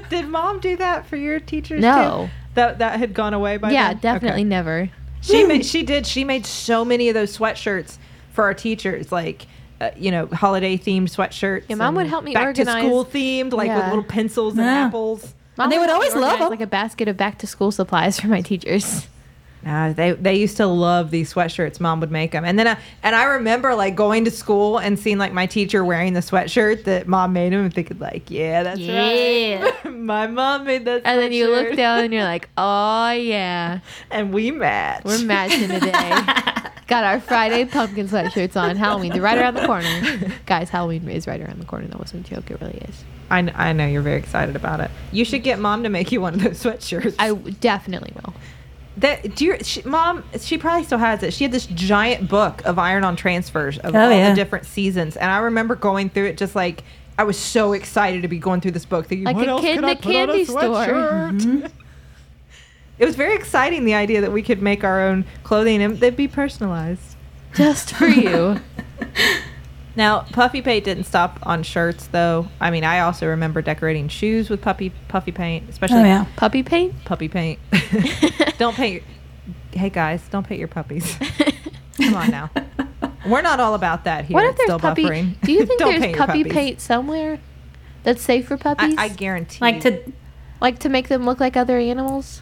Speaker 2: Did mom do that for your teachers?
Speaker 1: No.
Speaker 2: too? That that had gone away by
Speaker 1: Yeah,
Speaker 2: then?
Speaker 1: definitely
Speaker 2: Okay.
Speaker 1: never.
Speaker 2: She made, she did. She made so many of those sweatshirts for our teachers, like. Uh, you know, holiday themed sweatshirts.
Speaker 1: Yeah, Mom would
Speaker 2: and
Speaker 1: help me
Speaker 2: back
Speaker 1: organize-
Speaker 2: to school themed, like with
Speaker 1: Yeah.
Speaker 2: little pencils and
Speaker 3: Yeah.
Speaker 2: apples.
Speaker 1: Mom
Speaker 3: they would always love
Speaker 1: organize,
Speaker 3: them.
Speaker 1: like a basket of back to school supplies for my teachers.
Speaker 2: Uh, they they used to love these sweatshirts. Mom would make them, and then I, and I remember like going to school and seeing like my teacher wearing the sweatshirt that mom made him, and thinking like, yeah, that's right, my mom made that.
Speaker 1: And then you look
Speaker 2: sweatshirt."
Speaker 1: down and you're like, oh yeah,
Speaker 2: and we match.
Speaker 1: we're matching today. Got our Friday pumpkin sweatshirts on. Halloween's right around the corner. Guys, Halloween is right around the corner. That wasn't a joke. It really is.
Speaker 2: I, kn- I know you're very excited about it. You should get mom to make you one of those sweatshirts.
Speaker 1: I w- definitely will.
Speaker 2: that do you, she, mom she probably still has it she had this giant book of iron on transfers of
Speaker 3: Oh,
Speaker 2: all
Speaker 3: yeah.
Speaker 2: the different seasons and i remember going through it just like i was so excited to be going through this book thinking
Speaker 1: Like
Speaker 2: what
Speaker 1: a
Speaker 2: else
Speaker 1: kid
Speaker 2: could
Speaker 1: in
Speaker 2: I
Speaker 1: a
Speaker 2: put on a
Speaker 1: candy store.
Speaker 2: sweatshirt?" it was very exciting the idea that we could make our own clothing and they'd be personalized
Speaker 1: Just for you.
Speaker 2: now puffy paint didn't stop on shirts though i mean i also remember decorating shoes with puppy puffy paint
Speaker 1: Oh,
Speaker 3: Oh,
Speaker 2: especially
Speaker 1: Puppy paint?
Speaker 2: puppy paint. don't paint. Your, hey guys, don't paint your puppies. Come on now. We're not all about that here.
Speaker 1: What
Speaker 2: at
Speaker 1: if there's
Speaker 2: Still
Speaker 1: puppy?
Speaker 2: buffering.
Speaker 1: Do you think
Speaker 2: Don't
Speaker 1: there's
Speaker 2: paint your
Speaker 1: puppy
Speaker 2: puppies.
Speaker 1: paint somewhere that's safe for
Speaker 2: I,
Speaker 1: puppies?
Speaker 2: I guarantee.
Speaker 3: Like to.
Speaker 1: like to make them look like other animals.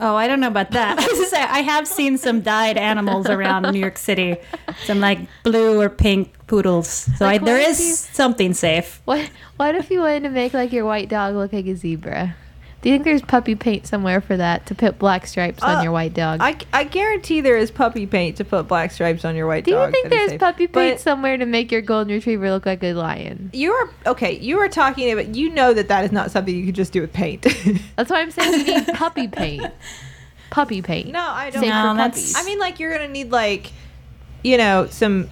Speaker 3: Oh, I don't know about that. I was just saying, I have seen some dyed animals around New York City, some like blue or pink poodles. So
Speaker 1: Like,
Speaker 3: I, there
Speaker 1: what
Speaker 3: is
Speaker 1: if you-
Speaker 3: something safe.
Speaker 1: What What if you wanted to make like your white dog look like a zebra? Do you think there's puppy paint somewhere for that to put black stripes
Speaker 2: Uh,
Speaker 1: on your white dog?
Speaker 2: I, I guarantee there is puppy paint to put black stripes on your white
Speaker 1: Do
Speaker 2: dog.
Speaker 1: you think
Speaker 2: that is
Speaker 1: there's
Speaker 2: safe.
Speaker 1: puppy paint
Speaker 2: But
Speaker 1: somewhere to make your golden retriever look like a lion?
Speaker 2: you are okay. You are talking about. You know that that is not something you could just do with paint.
Speaker 1: That's why I'm saying you need puppy paint. Puppy paint.
Speaker 2: no, I don't.
Speaker 1: Safe
Speaker 3: No,
Speaker 1: for
Speaker 3: that's-
Speaker 1: puppies.
Speaker 2: I mean, like you're gonna need like, you know, some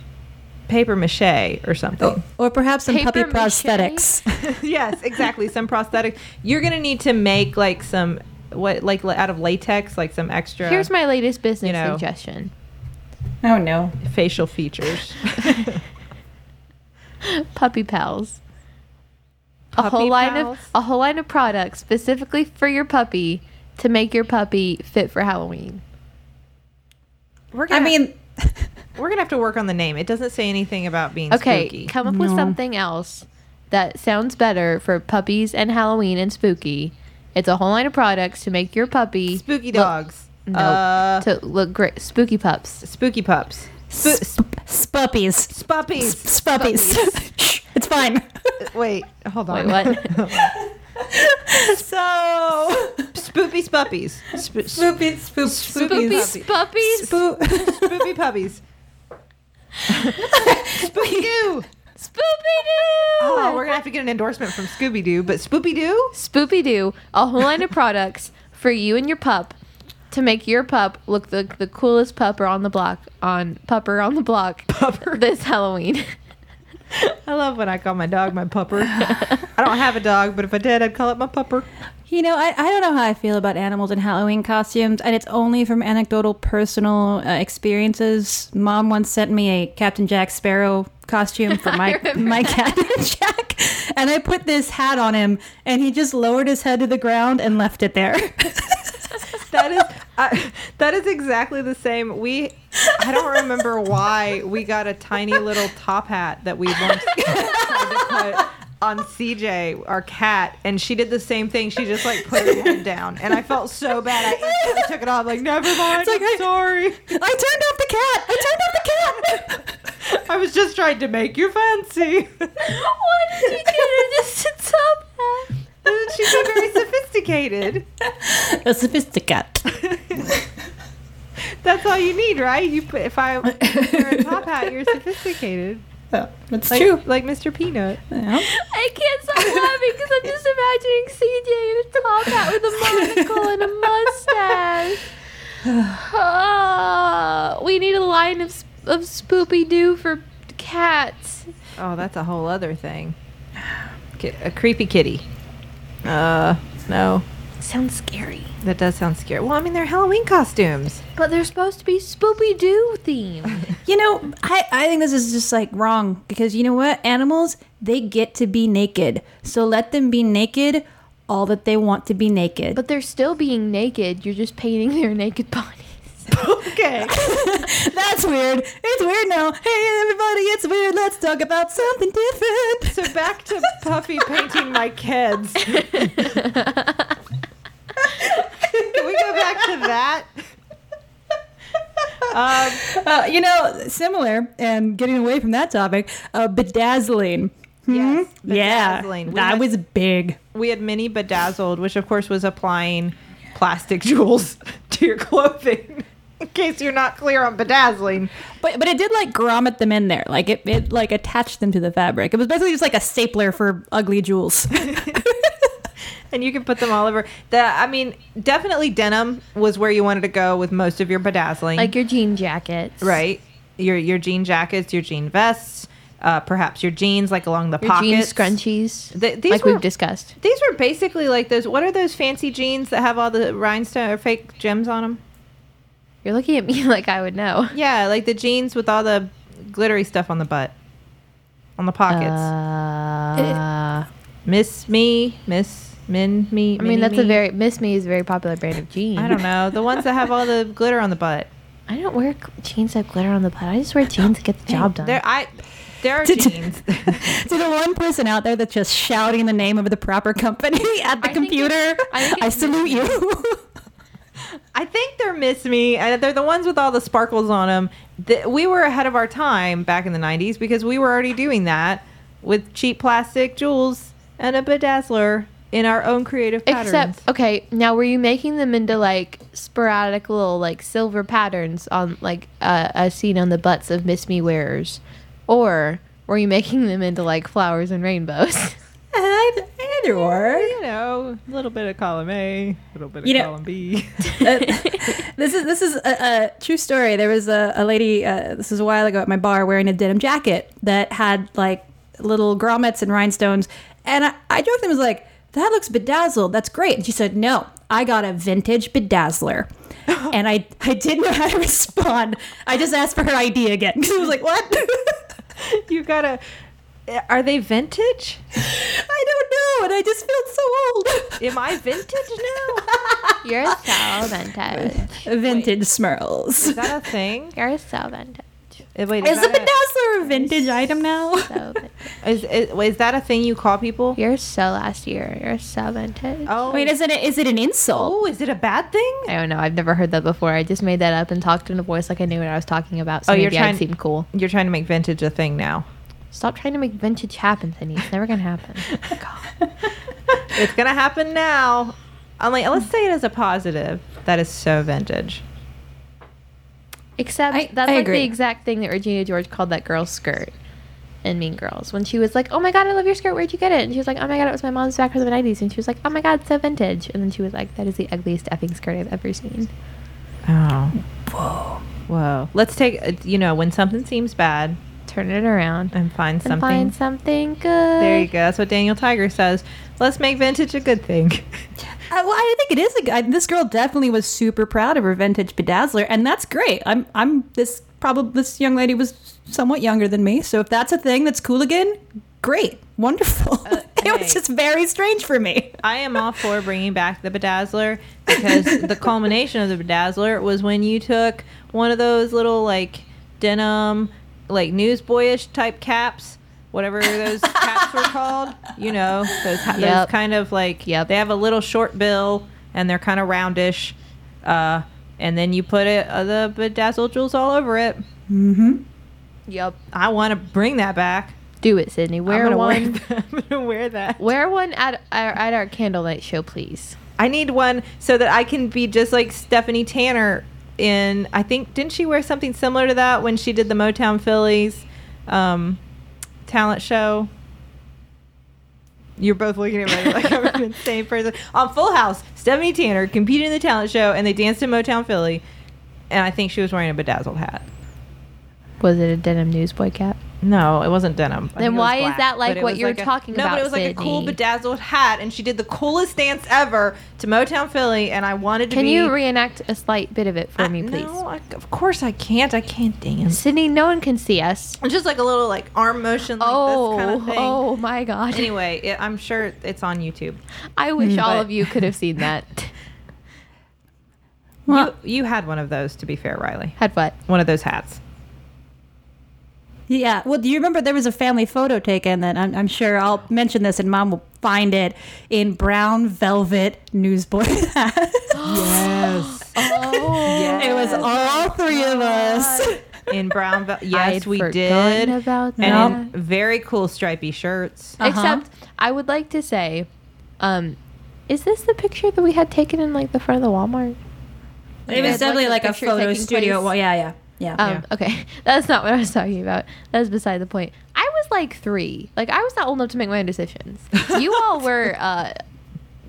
Speaker 2: paper mache or something.
Speaker 3: Or perhaps some
Speaker 1: Paper
Speaker 3: puppy
Speaker 1: mache?
Speaker 3: prosthetics.
Speaker 2: yes, exactly. Some prosthetic. You're gonna need to make like some what like la- out of latex, like some extra
Speaker 1: Here's my latest business
Speaker 2: You know.
Speaker 1: suggestion.
Speaker 3: Oh no.
Speaker 2: facial features.
Speaker 1: Puppy pals. a
Speaker 2: Puppy
Speaker 1: whole line
Speaker 2: Pals?
Speaker 1: of a whole line of products specifically for your puppy to make your puppy fit for Halloween.
Speaker 2: We're
Speaker 3: I
Speaker 2: gonna,
Speaker 3: mean,
Speaker 2: we're gonna have to work on the name. It doesn't say anything about being
Speaker 1: Okay,
Speaker 2: spooky.
Speaker 1: come up with something else that sounds better for puppies and Halloween and spooky. It's a whole line of products to make your puppy
Speaker 2: Spooky
Speaker 1: look-
Speaker 2: dogs.
Speaker 1: no,
Speaker 2: Uh,
Speaker 1: to look great. Spooky pups.
Speaker 2: spooky pups. Sp-
Speaker 3: Sp- spuppies.
Speaker 2: spuppies.
Speaker 3: Spuppies. Shh, it's fine.
Speaker 2: Wait, hold
Speaker 1: Wait,
Speaker 2: on.
Speaker 1: what?
Speaker 3: so
Speaker 2: Spoopy spuppies. Sp- sp-
Speaker 3: spoopies, spoop,
Speaker 2: Spoopies.
Speaker 1: Spooky puppies.
Speaker 2: spoo- spoopy puppies. Spooky Doo.
Speaker 1: Spoopy doo.
Speaker 2: Oh, we're gonna have to get an endorsement from Scooby Doo, but Spoopy Doo.
Speaker 1: Spoopy Doo, a whole line of products for you and your pup to make your pup look like the coolest pupper on the block on pupper on the block
Speaker 2: Pupper.
Speaker 1: this Halloween.
Speaker 2: I love when I call my dog my pupper. I don't have a dog, but if I did, I'd call it my pupper.
Speaker 3: You know, I, I don't know how I feel about animals in Halloween costumes, and it's only from anecdotal personal uh, experiences. Mom once sent me a Captain Jack Sparrow costume for my my Captain Jack, and I put this hat on him, and he just lowered his head to the ground and left it there.
Speaker 2: That is I, that is exactly the same. We I don't remember why we got a tiny little top hat that we once tried to put on CJ, our cat, and she did the same thing. She just like put her head down, and I felt so bad. I instantly took it off. Like never mind.
Speaker 3: like,
Speaker 2: I'm
Speaker 3: I-
Speaker 2: sorry.
Speaker 3: I turned off the cat. I turned off the cat.
Speaker 2: I was just trying to make you fancy.
Speaker 1: Why did you get her just a top hat?
Speaker 2: She's so very sophisticated.
Speaker 3: A sophisticate.
Speaker 2: That's all you need, right? You put, if I wear a top hat, you're sophisticated.
Speaker 3: Well, that's
Speaker 2: Like,
Speaker 3: true.
Speaker 2: Like Mr. Peanut.
Speaker 3: Yeah.
Speaker 1: I can't stop laughing because I'm just imagining CJ in a top hat with a monocle and a mustache. Oh, we need a line of, sp- of Spoopy Doo for cats.
Speaker 2: Oh, that's a whole other thing. Ki- A creepy kitty. Uh, no,
Speaker 1: Sounds scary.
Speaker 2: that does sound scary. Well, I mean, they're Halloween costumes.
Speaker 1: But they're supposed to be Spoopy Doo themed.
Speaker 3: You know, I, I think this is just like wrong because you know what? Animals, they get to be naked. So let them be naked all that they want to be naked.
Speaker 1: but they're still being naked. You're just painting their naked bodies.
Speaker 2: okay.
Speaker 3: that's weird. It's weird now. Hey, everybody, it's weird. Let's talk about something different.
Speaker 2: So back to Puffy painting my kids. Can we go back to that? Um,
Speaker 3: Uh, you know, similar and getting away from that topic, uh, bedazzling. Hmm?
Speaker 2: Yes,
Speaker 3: yeah,
Speaker 2: bedazzling. We
Speaker 3: that
Speaker 2: had-
Speaker 3: was big.
Speaker 2: we had Minnie Bedazzled, which of course was applying plastic jewels to your clothing. In case you're not clear on bedazzling,
Speaker 3: But but it did like grommet them in there, like it, it like attached them to the fabric. It was basically just like a stapler for ugly jewels.
Speaker 2: and you can put them all over. The I mean, definitely denim was where you wanted to go with most of your bedazzling,
Speaker 1: Like your jean jackets.
Speaker 2: right? Your your jean jackets, your jean vests, uh, perhaps your jeans like along the
Speaker 1: Your
Speaker 2: pockets,
Speaker 1: jean scrunchies.
Speaker 2: Th- these
Speaker 1: like
Speaker 2: were-
Speaker 1: we've discussed.
Speaker 2: These were basically like those. What are those fancy jeans that have all the rhinestone or fake gems on them?
Speaker 1: You're looking at me like I would know.
Speaker 2: Yeah, like the jeans with all the glittery stuff on the butt, on the pockets.
Speaker 1: Uh,
Speaker 2: Miss Me, Miss Min Me.
Speaker 1: I mean,
Speaker 2: Mini
Speaker 1: that's a
Speaker 2: Me.
Speaker 1: very Miss Me is a very popular brand of jeans.
Speaker 2: I don't know the ones that have all the glitter on the butt.
Speaker 1: I don't wear g- jeans that glitter on the butt. I just wear jeans that get the job done.
Speaker 2: There, I there are
Speaker 3: Did you-
Speaker 2: jeans.
Speaker 3: to the one person out there that's just shouting the name of the proper company at the
Speaker 1: I think
Speaker 3: computer,
Speaker 1: it's- I
Speaker 3: I,
Speaker 1: think it's-
Speaker 3: salute you.
Speaker 2: I think they're Miss Me. I, they're the ones with all the sparkles on them. The, we were ahead of our time back in the '90s because we were already doing that with cheap plastic jewels and a bedazzler in our own creative patterns.
Speaker 1: Except, okay, now were you making them into like sporadic little like silver patterns on like uh, as seen on the butts of Miss Me wearers, or were you making them into like flowers and rainbows?
Speaker 3: Either or.
Speaker 2: you know, a little bit of column A, a little bit of
Speaker 3: You know-
Speaker 2: column B.
Speaker 3: this is this is a, a true story. There was a, a lady. Uh, this was a while ago at my bar wearing a denim jacket that had like little grommets and rhinestones, and I, I joked and was like, "That looks bedazzled. That's great." And she said, "No, I got a vintage bedazzler." and I, I didn't know how to respond. I just asked for her ID again. I was like, what?
Speaker 2: you gotta. eh, Are they vintage?
Speaker 3: I don't know, and I just felt so old.
Speaker 2: Am I vintage now?
Speaker 1: You're so vintage.
Speaker 3: Vintage Smurls.
Speaker 2: Is that a thing?
Speaker 1: You're so vintage.
Speaker 2: Eh, Wait,
Speaker 3: Is
Speaker 2: is,
Speaker 3: the
Speaker 2: that a-
Speaker 3: bedazzler a vintage item now?
Speaker 1: So
Speaker 2: is, is, is that a thing you call people?
Speaker 1: you're so last year. You're so vintage.
Speaker 2: Oh,
Speaker 3: I mean, is it a, is it an insult?
Speaker 2: oh, is it a bad thing?
Speaker 1: I don't know. I've never heard that before. I just made that up and talked in a voice like I knew what I was talking about. So
Speaker 2: Oh,
Speaker 1: maybe
Speaker 2: you're
Speaker 1: I'd
Speaker 2: trying-
Speaker 1: seem cool.
Speaker 2: You're trying to make vintage a thing now.
Speaker 1: Stop trying to make vintage happen, Cindy. It's never gonna happen.
Speaker 2: Oh It's gonna happen now. I'm like, let's say it as a positive. That is so vintage.
Speaker 1: Except
Speaker 3: I-
Speaker 1: that's
Speaker 3: I
Speaker 1: like
Speaker 3: agree.
Speaker 1: the exact thing that Regina George called that girl's skirt in Mean Girls when she was like, "Oh my god, I love your skirt. Where'd you get it?" And she was like, "Oh my god, it was my mom's back from the '90s." And she was like, "Oh my god, so vintage." And then she was like, "That is the ugliest effing skirt I've ever seen."
Speaker 2: Oh. Whoa. Whoa. Let's take, uh, you know, when something seems bad
Speaker 1: Turn it around
Speaker 2: and find
Speaker 1: and
Speaker 2: something.
Speaker 1: find something good.
Speaker 2: there you go. That's what Daniel Tiger says. Let's make vintage a good thing.
Speaker 3: I, Uh, well, I think it is. A, g- I, this girl definitely was super proud of her vintage bedazzler, and that's great. I'm I'm this probably this young lady was somewhat younger than me, so if that's a thing that's cool again, great, wonderful. it
Speaker 2: Uh, hey.
Speaker 3: was just very strange for me.
Speaker 2: I am all for bringing back the bedazzler because the culmination of the bedazzler was when you took one of those little like denim, like newsboyish type caps, whatever those caps were called. You know, those ha-
Speaker 1: Yep.
Speaker 2: those kind of like
Speaker 1: Yep.
Speaker 2: they have a little short bill and they're kind of roundish, uh, and then you put it uh, the bedazzled jewels all over it.
Speaker 1: Yep.
Speaker 2: I want to bring that back.
Speaker 1: Do it, Sydney.
Speaker 2: I'm
Speaker 1: Wear
Speaker 2: gonna
Speaker 1: one.
Speaker 2: Wear, I'm gonna wear that.
Speaker 1: Wear one at our, at our candlelight show, please.
Speaker 2: I need one so that I can be just like Stephanie Tanner in I think didn't she wear something similar to that when she did the Motown Phillies um, talent show? You're both looking at me like I'm an insane person. On Full House, Stephanie Tanner competed in the talent show and they danced in Motown Philly and I think she was wearing a bedazzled hat.
Speaker 1: Was it a denim newsboy cap?
Speaker 2: No, it wasn't denim. I think it was
Speaker 1: why is
Speaker 2: black,
Speaker 1: that, like,
Speaker 2: but it
Speaker 1: what
Speaker 2: was
Speaker 1: you're
Speaker 2: a-
Speaker 1: talking
Speaker 2: No,
Speaker 1: about,
Speaker 2: but it was like a cool
Speaker 1: Sydney?
Speaker 2: bedazzled hat, and she did the coolest dance ever to Motown Philly, and I wanted to
Speaker 1: Can
Speaker 2: be.
Speaker 1: you reenact a slight bit of it for
Speaker 2: I-
Speaker 1: me, please?
Speaker 2: Uh, No, I, of course I can't. I can't dance.
Speaker 1: Sydney, no one can see us.
Speaker 2: It's just like a little like arm motion, like
Speaker 1: oh,
Speaker 2: this kind of thing.
Speaker 1: oh my God!
Speaker 2: Anyway, it, I'm sure it's on YouTube.
Speaker 1: I wish all
Speaker 2: but-
Speaker 1: of you could have seen that.
Speaker 3: Well,
Speaker 2: you, you had one of those, to be fair, Riley.
Speaker 1: Had what?
Speaker 2: One of those hats.
Speaker 3: yeah. Well, do you remember there was a family photo taken that I'm, I'm sure I'll mention this, and Mom will find it in brown velvet newsboy hat.
Speaker 2: Yes.
Speaker 1: Oh,
Speaker 3: it was all three of us.
Speaker 2: Oh In brown velvet.
Speaker 1: I'd
Speaker 2: Yes, we
Speaker 1: forgotten
Speaker 2: did.
Speaker 1: about
Speaker 2: and in very cool stripy shirts.
Speaker 1: Except, I would like to say, um, is this the picture that we had taken in like the front of the Walmart?
Speaker 3: It
Speaker 1: Yeah,
Speaker 3: was
Speaker 1: it's
Speaker 3: definitely
Speaker 1: like
Speaker 3: like
Speaker 1: the
Speaker 3: a
Speaker 1: picture
Speaker 3: photo
Speaker 1: taking
Speaker 3: studio.
Speaker 1: place.
Speaker 3: Well, yeah, yeah, yeah.
Speaker 1: Um,
Speaker 2: Yeah.
Speaker 1: Okay, that's not what I was talking about. That was beside the point. I was like three. Like I was not old enough to make my own decisions. You all were uh,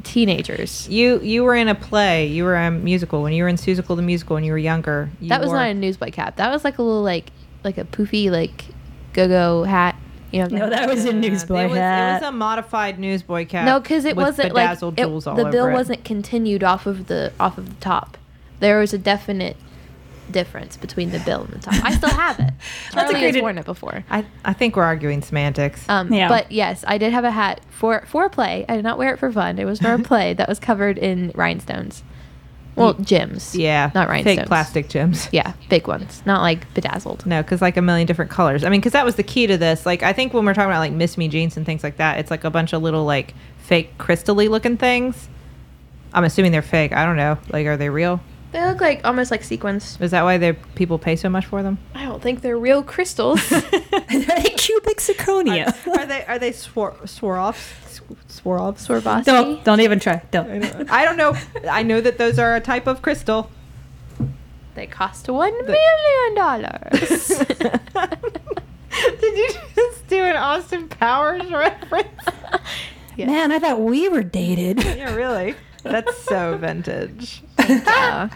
Speaker 1: teenagers.
Speaker 2: You you were in a play. You were a musical when you were in Susical the musical when you were younger. You
Speaker 1: that was
Speaker 2: wore- uh,
Speaker 1: not a newsboy cap. That was like a little like like a poofy like go-go hat. You know.
Speaker 3: no, that was a
Speaker 2: it
Speaker 3: newsboy
Speaker 2: was, um,
Speaker 3: hat.
Speaker 2: It was a modified newsboy cap.
Speaker 1: No, because it
Speaker 2: with
Speaker 1: wasn't like
Speaker 2: bedazzled
Speaker 1: it-
Speaker 2: jewels all
Speaker 1: the
Speaker 2: over
Speaker 1: bill
Speaker 2: it.
Speaker 1: wasn't continued off of the off of the top. There was a definite difference between the bill and the top. I still have it.
Speaker 3: That's a
Speaker 1: Charlie has
Speaker 3: great-
Speaker 1: worn it before.
Speaker 2: I, I think we're arguing semantics.
Speaker 1: Um,
Speaker 3: Yeah.
Speaker 1: But yes, I did have a hat for for a play. I did not wear it for fun. It was for a play that was covered in rhinestones. Well, gems.
Speaker 2: yeah,
Speaker 1: not rhinestones.
Speaker 2: Fake plastic gems.
Speaker 1: Yeah, big ones, not like bedazzled.
Speaker 2: No, because like a million different colors. I mean, because that was the key to this. Like, I think when we're talking about like Miss Me jeans and things like that, it's like a bunch of little like fake crystally looking things. I'm assuming they're fake. I don't know. Like, are they real?
Speaker 1: They look like almost like sequins.
Speaker 2: Is that why they people pay so much for them?
Speaker 1: I don't think they're real crystals.
Speaker 3: Like cubic zirconia.
Speaker 2: Are they are they swar- swarovs? Swarovs?
Speaker 1: Swarovski.
Speaker 3: don't don't even try. Don't.
Speaker 2: I don't know. I know that those are a type of crystal.
Speaker 1: They cost one million dollars.
Speaker 2: Did you just do an Austin Powers reference?
Speaker 3: Man, I thought we were dated.
Speaker 2: Yeah, really. That's so vintage.
Speaker 1: Yeah.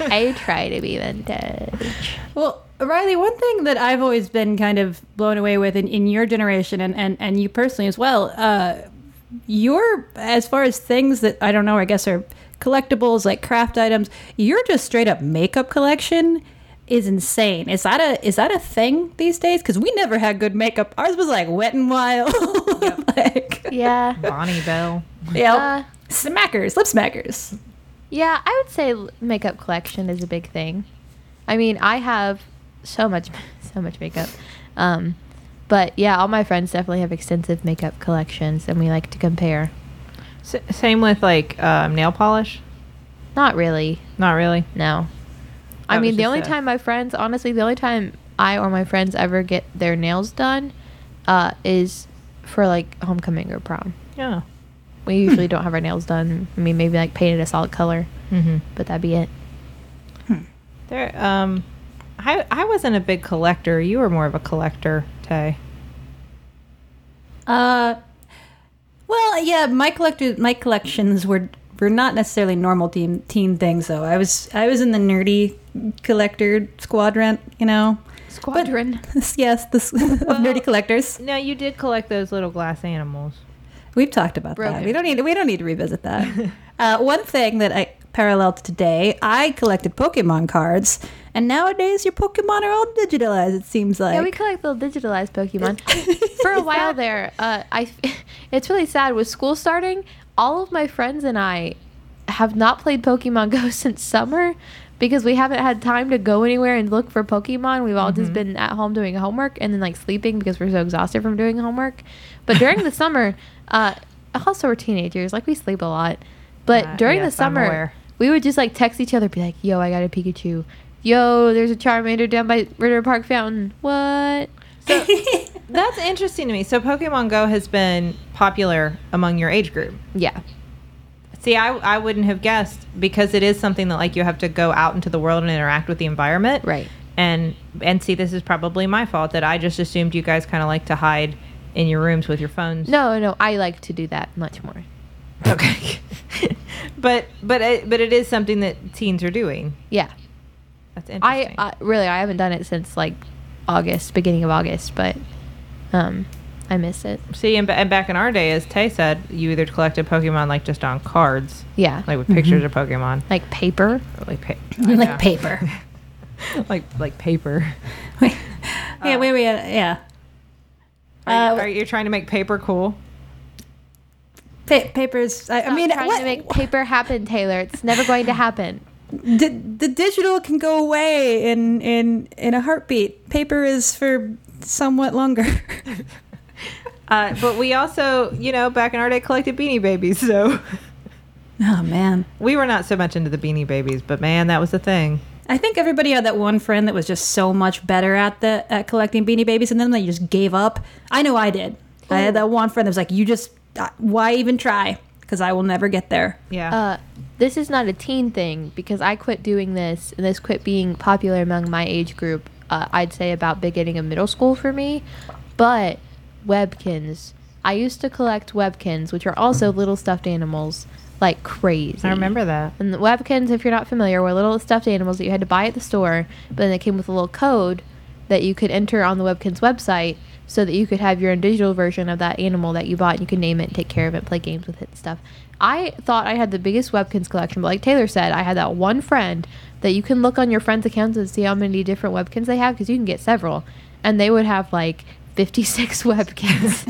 Speaker 1: I Ah. try to be vintage.
Speaker 3: Well, Riley, one thing that I've always been kind of blown away with in, in your generation and, and, and you personally as well, uh, you're, as far as things that I don't know, I guess are collectibles, like craft items, your just straight up makeup collection is insane. Is that a is that a thing these days? Because we never had good makeup. Ours was like wet and wild. like,
Speaker 1: Yeah.
Speaker 2: Bonnie Bell.
Speaker 3: yeah.
Speaker 1: Uh,
Speaker 3: smackers, lip smackers.
Speaker 1: yeah, I would say l- makeup collection is a big thing. I mean, I have so much so so much makeup. Um, but yeah, all my friends definitely have extensive makeup collections, and we like to compare.
Speaker 2: S- same with like um, nail polish.
Speaker 1: Not really.
Speaker 2: Not really.
Speaker 1: No. I
Speaker 2: That
Speaker 1: mean,
Speaker 2: was
Speaker 1: the
Speaker 2: just
Speaker 1: only
Speaker 2: a-
Speaker 1: time my friends, honestly, the only time I or my friends ever get their nails done uh, is for like homecoming or prom.
Speaker 2: Yeah.
Speaker 1: We usually don't have our nails done. I mean, maybe like painted a solid color,
Speaker 2: Mm-hmm.
Speaker 1: but that'd be it.
Speaker 2: There. Um, I I wasn't a big collector. You were more of a collector, Tay.
Speaker 3: Uh, well, yeah, my collector, my collections were were not necessarily normal teen teen things though. I was I was in the nerdy collector squadron, you know.
Speaker 1: Squadron.
Speaker 3: yes, this of nerdy collectors.
Speaker 2: No, you did collect those little glass animals.
Speaker 3: We've talked about
Speaker 1: Broken.
Speaker 3: that. We don't need we don't need to revisit that. uh, one thing that I paralleled today, I collected Pokemon cards, and nowadays your Pokemon are all digitalized. It seems like
Speaker 1: yeah, we collect little digitalized Pokemon. For a while there, uh, I it's really sad. With school starting, all of my friends and I have not played Pokemon Go since summer because we haven't had time to go anywhere and look for Pokemon. We've all just been at home doing homework and then like sleeping because we're so exhausted from doing homework. But during the summer, uh, also we're teenagers, like we sleep a lot. But
Speaker 2: Uh,
Speaker 1: during the
Speaker 2: yes, I'm
Speaker 1: summer,
Speaker 2: aware.
Speaker 1: we would just like text each other, be like, "Yo, I got a Pikachu." Yo, there's a Charmander down by Ritter Park Fountain. What?
Speaker 2: That's interesting to me. So Pokemon Go has been popular among your age group.
Speaker 1: Yeah.
Speaker 2: See, I, I wouldn't have guessed because it is something that like you have to go out into the world and interact with the environment.
Speaker 1: Right.
Speaker 2: And and see this is probably my fault that I just assumed you guys kind of like to hide in your rooms with your phones.
Speaker 1: No, no, I like to do that much more.
Speaker 2: Okay. but but it, but it is something that teens are doing.
Speaker 1: Yeah.
Speaker 2: That's
Speaker 1: I, uh,
Speaker 2: interesting.
Speaker 1: I really I haven't done it since like August, beginning of August, but um I miss it.
Speaker 2: see and, ba- and back in our day as Tay said, you either collected Pokemon like just on cards,
Speaker 1: Yeah.
Speaker 2: like with pictures
Speaker 1: Mm-hmm.
Speaker 2: of Pokemon,
Speaker 1: Like paper.
Speaker 2: or like pa-
Speaker 3: like
Speaker 2: yeah.
Speaker 3: paper.
Speaker 2: like like paper.
Speaker 3: Wait. yeah, wait, wait, yeah.
Speaker 2: Are,
Speaker 3: Uh,
Speaker 2: you, are you trying to make paper cool?
Speaker 3: Pa- papers. I, I mean,
Speaker 1: Stop trying
Speaker 3: what,
Speaker 1: to make paper happen, Taylor. It's never going to happen.
Speaker 3: di- the digital can go away in in in a heartbeat. Paper is for somewhat longer.
Speaker 2: Uh, but we also, you know, back in our day, collected Beanie Babies. So
Speaker 3: oh man,
Speaker 2: we were not so much into the Beanie Babies, but man, that was the thing.
Speaker 3: I think everybody had that one friend that was just so much better at the at collecting Beanie Babies, and then they just gave up. I know I did. I had that one friend that was like, "You just uh, why even try? Because I will never get there."
Speaker 2: Yeah.
Speaker 1: Uh this is not a teen thing because I quit doing this and this quit being popular among my age group. Uh, I'd say about beginning of middle school for me. But webkins. I used to collect webkins, which are also little stuffed animals, like crazy.
Speaker 2: I remember that.
Speaker 1: And the Webkins, if you're not familiar, were little stuffed animals that you had to buy at the store, but then they came with a little code that you could enter on the Webkins website so that you could have your own digital version of that animal that you bought and you could name it, take care of it, play games with it and stuff. I thought I had the biggest Webkins collection, but like Taylor said, I had that one friend that you can look on your friends' accounts and see how many different Webkins they have because you can get several. And they would have like 56 Webkins.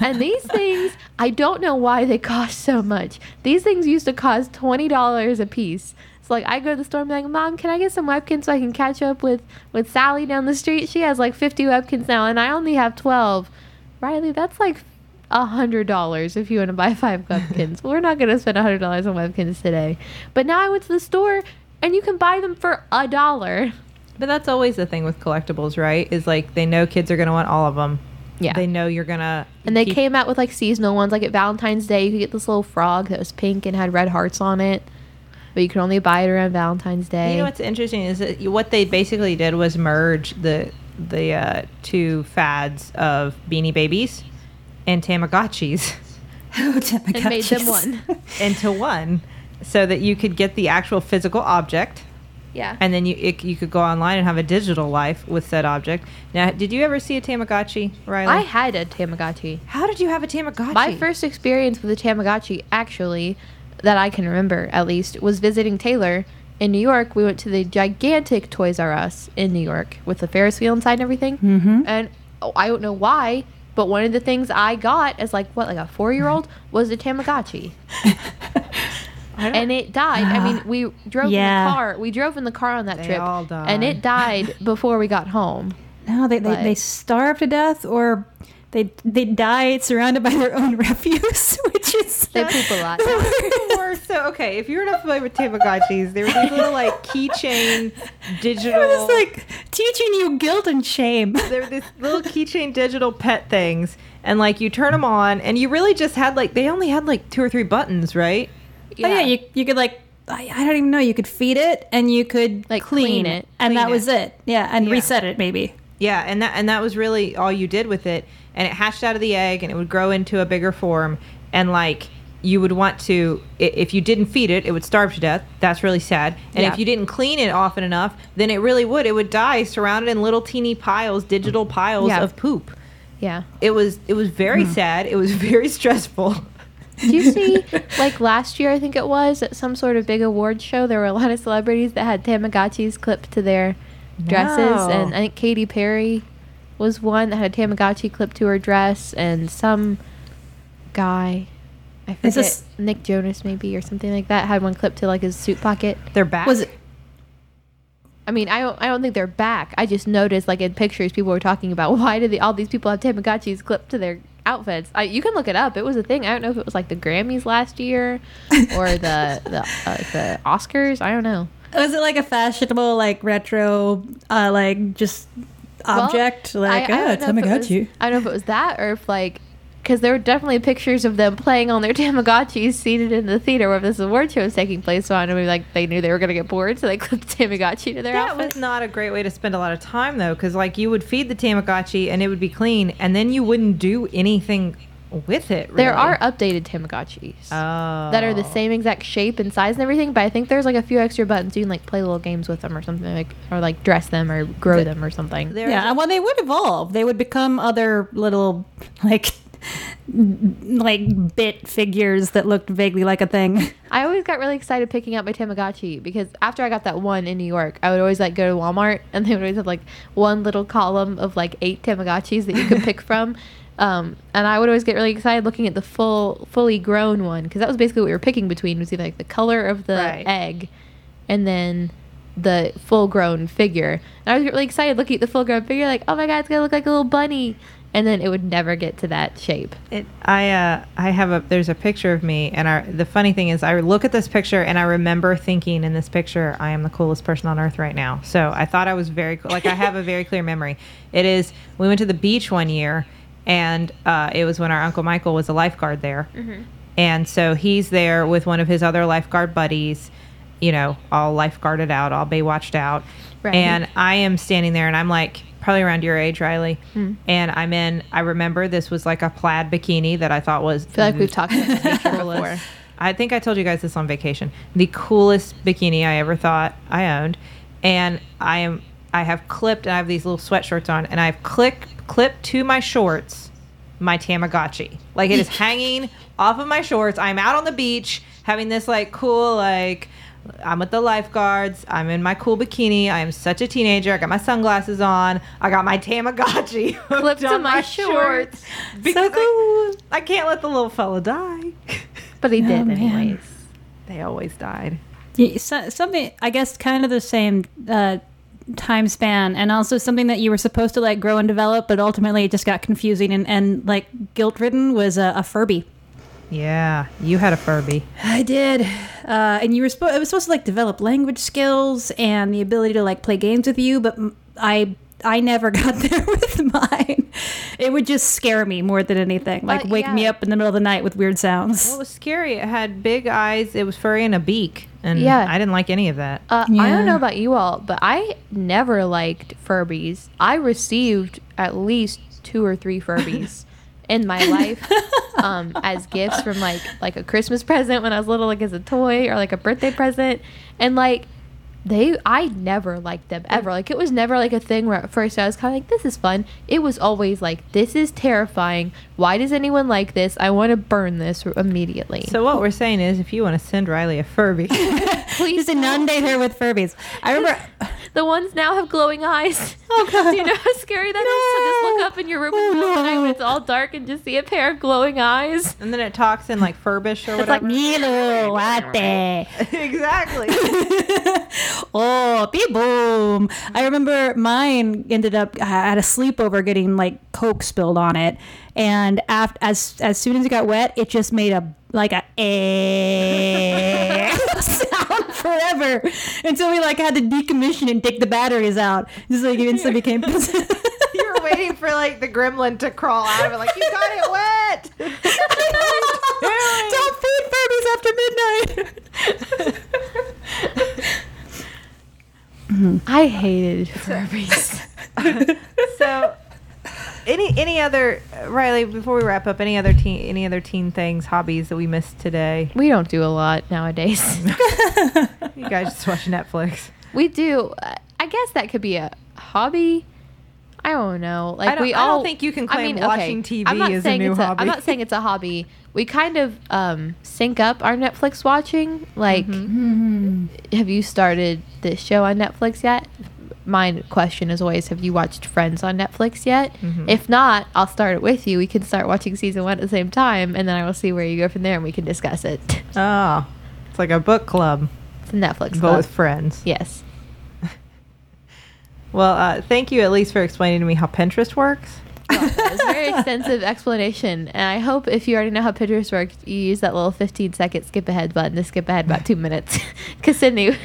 Speaker 1: and these things, I don't know why they cost so much. These things used to cost twenty dollars a piece. So like, I go to the store and be like, "Mom, can I get some webkins so I can catch up with with Sally down the street? She has like fifty webkins now, and I only have twelve. Riley, that's like a hundred dollars if you want to buy five webkins. We're not gonna spend a hundred dollars on webkins today. But now I went to the store and you can buy them for a dollar.
Speaker 2: But that's always the thing with collectibles, right? Is like they know kids are going to want all of them.
Speaker 1: Yeah.
Speaker 2: They know you're going to.
Speaker 1: And they came out with like seasonal ones. Like at Valentine's Day, you could get this little frog that was pink and had red hearts on it, but you could only buy it around Valentine's Day.
Speaker 2: You know what's interesting is that you- what they basically did was merge the the uh, two fads of Beanie Babies and Tamagotchis
Speaker 3: Oh, damn, I
Speaker 1: and
Speaker 3: got
Speaker 1: made them
Speaker 3: chills.
Speaker 1: one.
Speaker 2: into one, so that you could get the actual physical object.
Speaker 1: yeah.
Speaker 2: and then you it, you could go online and have a digital life with said object. Now, did you ever see a Tamagotchi, Riley?
Speaker 1: I had a Tamagotchi.
Speaker 2: How did you have a Tamagotchi?
Speaker 1: My first experience with a Tamagotchi, actually, that I can remember at least, was visiting Taylor in New York. We went to the gigantic Toys R Us in New York with the Ferris wheel inside and everything. Mm-hmm. And oh, I don't know why, but one of the things I got as like what, like a four year old, was a Tamagotchi.
Speaker 2: I don't-
Speaker 1: and it died. I mean, we drove in
Speaker 3: Yeah.
Speaker 1: the car. We drove in the car on that
Speaker 2: They
Speaker 1: trip,
Speaker 2: all died.
Speaker 1: and it died before we got home.
Speaker 3: No, they, they,
Speaker 1: But-
Speaker 3: they starve to death or they they die surrounded by their own refuse, which is
Speaker 1: They poop a lot.
Speaker 2: The worst. Oh So okay, if you're not familiar with Tamagotchis, there were these little like keychain digital.
Speaker 3: It was like teaching you guilt and shame. Oh,
Speaker 2: there were these little keychain digital pet things, and like you turn them on, and you really just had like they only had like two or three buttons, right?
Speaker 3: Oh yeah, you you could like I, I don't even know. You could feed it and you could
Speaker 1: Like, clean it.
Speaker 3: and that
Speaker 2: Clean
Speaker 3: was it. Yeah, and
Speaker 2: Yeah.
Speaker 3: reset it maybe.
Speaker 2: Yeah, and that and that was really all you did with it, and it hatched out of the egg, and it would grow into a bigger form, and like you would want to i- if you didn't feed it it would starve to death that's really sad and
Speaker 3: Yeah.
Speaker 2: if you didn't clean it often enough then it really would it would die surrounded in little teeny piles digital piles
Speaker 1: Yeah. Mm-hmm.
Speaker 2: of poop
Speaker 1: yeah.
Speaker 2: it was it was very sad it was very stressful
Speaker 1: Do you see, like last year, I think it was at some sort of big award show, there were a lot of celebrities that had Tamagotchis clipped to their dresses,
Speaker 2: Wow.
Speaker 1: and I think Katy Perry was one that had a Tamagotchi clipped to her dress, and some guy, I forget,
Speaker 3: Is this-
Speaker 1: Nick Jonas maybe or something like that, had one clipped to like his suit pocket.
Speaker 2: they're back
Speaker 3: Was it?
Speaker 1: I mean, I don't, I don't think they're back. I just noticed, like in pictures, people were talking about why do the, all these people have Tamagotchis clipped to their outfits. I, you can look it up. It was a thing. I don't know if it was like the Grammys last year or the the, uh, the Oscars. I don't know.
Speaker 3: Was it like a fashionable like retro uh, like just
Speaker 1: Well,
Speaker 3: object like
Speaker 2: "Oh,
Speaker 1: I- I
Speaker 3: ah,
Speaker 1: don't know if it was-
Speaker 3: Tamagotchi?
Speaker 1: I don't know if it was that or if like because there were definitely pictures of them playing on their Tamagotchis seated in the theater where this award show was taking place. So I don't know, maybe like they knew they were gonna get bored, so they clipped Tamagotchi to their
Speaker 2: That
Speaker 1: outfit.
Speaker 2: was not a great way to spend a lot of time though, because like you would feed the Tamagotchi and it would be clean, and then you wouldn't do anything with it. Really.
Speaker 1: There are updated Tamagotchis.
Speaker 2: oh.
Speaker 1: that are the same exact shape and size and everything. But I think there's like a few extra buttons you can like play little games with them or something like or like dress them or grow them or something.
Speaker 2: There
Speaker 3: Yeah,
Speaker 2: is-
Speaker 3: and well, they would evolve. They would become other little like like bit figures that looked vaguely like a thing.
Speaker 1: I always got really excited picking up my Tamagotchi because after I got that one in New York, I would always like go to Walmart and they would always have like one little column of like eight Tamagotchis that you could pick from. Um, and I would always get really excited looking at the full, fully grown one because that was basically what we were picking between was either like the color of the
Speaker 2: Right.
Speaker 1: egg and then the full grown figure. And I was really excited looking at the full grown figure, like, oh my God, it's going to look like a little bunny. And then it would never get to that shape.
Speaker 2: It, I uh, I have a there's a picture of me, and I, the funny thing is, I look at this picture and I remember thinking in this picture, I am the coolest person on earth right now. So I thought I was very cool. Like I have a very clear memory. It is we went to the beach one year, and uh, it was when our uncle Michael was a lifeguard there, and so he's there with one of his other lifeguard buddies, you know, all lifeguarded out, all Baywatched out,
Speaker 1: Right.
Speaker 2: and I am standing there and I'm like probably around your age, Riley. And I'm in, I remember this was like a plaid bikini that I thought was
Speaker 1: I feel like we've talked about that picture before.
Speaker 2: coolest. I think I told you guys this on vacation. The coolest bikini I ever thought I owned, and I am I have clipped. I have these little sweatshirts on, and I've click clipped to my shorts my Tamagotchi. Like it is hanging off of my shorts. I'm out on the beach having this like cool like. I'm with the lifeguards. I'm in my cool bikini. I am such a teenager. I got my sunglasses on. I got my Tamagotchi hooked
Speaker 1: Clipped to
Speaker 2: on
Speaker 1: my shorts.
Speaker 2: Because I-
Speaker 3: cool.
Speaker 2: I can't let the little fella die.
Speaker 1: But he did,
Speaker 3: Oh, man.
Speaker 1: anyways.
Speaker 2: they always died.
Speaker 3: Yeah, so, something I guess kind of the same uh, time span, and also something that you were supposed to like grow and develop, but ultimately it just got confusing and, and like guilt ridden was a, a Furby.
Speaker 2: Yeah, you had a Furby.
Speaker 3: I did, uh, and you were supposed. It was supposed to like develop language skills and the ability to like play games with you, but m- I. I never got there with mine. It would just scare me more than anything. Like
Speaker 1: But,
Speaker 3: wake me
Speaker 1: yeah.
Speaker 3: up in the middle of the night with weird sounds.
Speaker 2: Well, it was scary. It had big eyes. It was furry and a beak, and
Speaker 1: Yeah.
Speaker 2: I didn't like any of that.
Speaker 1: Uh, I
Speaker 3: Yeah.
Speaker 1: don't know about you all, but I never liked Furbies. I received at least two or three Furbies in my life um, as gifts from like like a Christmas present when I was little, like as a toy or like a birthday present, and like they I never liked them ever. Like it was never like a thing where at first I was kind of like this is fun. It was always like this is terrifying. Why does anyone like this? I want to burn this immediately.
Speaker 2: So what we're saying is, if you want to send Riley a Furby,
Speaker 1: please
Speaker 3: just inundate her with Furbies. I remember
Speaker 1: The ones now have glowing eyes. Do you know how scary that is to just
Speaker 3: No.
Speaker 1: look up in your room
Speaker 3: Oh,
Speaker 1: in the middle of the night
Speaker 3: no.
Speaker 1: when it's all dark and just see a pair of glowing eyes?
Speaker 2: And then it talks in like Furbish or
Speaker 1: It's like,
Speaker 2: whatever.
Speaker 3: Milo, what the?
Speaker 2: exactly.
Speaker 3: oh, beep boom.
Speaker 2: Mm-hmm.
Speaker 3: I remember mine ended up I had a sleepover getting like Coke spilled on it. And after, as as soon as it got wet, it just made a like a eh sound forever until we like had to decommission and take the batteries out. Just like it instantly became
Speaker 2: you were waiting for like the gremlin to crawl out of it, like you got it wet.
Speaker 3: Don't feed babies after midnight.
Speaker 1: I hated Furbies.
Speaker 2: So, any any other uh, Riley? Before we wrap up, any other teen any other teen things, hobbies that we missed today?
Speaker 1: we don't do a lot nowadays.
Speaker 2: You guys just watch Netflix.
Speaker 1: We do. uh, I guess that could be a hobby. I don't know. Like
Speaker 2: I don't-
Speaker 1: we
Speaker 2: I
Speaker 1: all.
Speaker 2: don't think you can claim watching TV
Speaker 1: I'm not
Speaker 2: is a
Speaker 1: saying
Speaker 2: new
Speaker 1: it's
Speaker 2: hobby.
Speaker 1: I'm not saying it's a hobby. We kind of um, sync up our Netflix watching. Like,
Speaker 2: Mm-hmm.
Speaker 1: have you started this show on Netflix yet? My question is always, have you watched Friends on Netflix yet?
Speaker 2: Mm-hmm.
Speaker 1: If not, I'll start it with you. We can start watching season one at the same time, and then I will see where you go from there, and we can discuss it.
Speaker 2: Oh, it's like a book club,
Speaker 1: It's a Netflix.
Speaker 2: but
Speaker 1: Club.
Speaker 2: with friends.
Speaker 1: Yes.
Speaker 2: Well, uh, thank you at least for explaining to me how Pinterest works.
Speaker 1: It was a very extensive explanation, and I hope if you already know how Pinterest works, you use that little 15 second skip ahead button to skip ahead about two minutes. Because Sydney,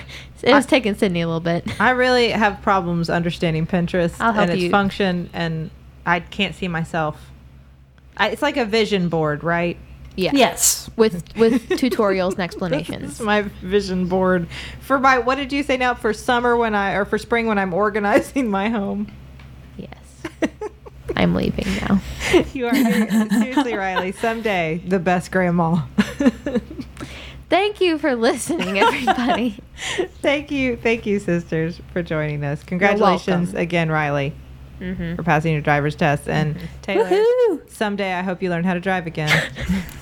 Speaker 1: it was taking Sydney a little bit.
Speaker 2: I really have problems understanding Pinterest
Speaker 1: I'll help
Speaker 2: and its
Speaker 1: you.
Speaker 2: function, and I can't see myself. I, it's like a vision board, right?
Speaker 1: Yeah.
Speaker 3: Yes.
Speaker 1: With with tutorials and
Speaker 2: It's
Speaker 1: explanations.
Speaker 2: my vision board for my. What did you say now? For summer when I or for spring when I'm organizing my home.
Speaker 1: Yes. I'm leaving now.
Speaker 2: you are seriously, Riley. Someday the best grandma.
Speaker 1: Thank you for listening, everybody.
Speaker 2: thank you, thank you, sisters, for joining us. Congratulations
Speaker 1: welcome.
Speaker 2: again, Riley,
Speaker 1: Mhm.
Speaker 2: for passing your driver's test. And Taylor,
Speaker 3: Woohoo.
Speaker 2: someday I hope you learn how to drive again.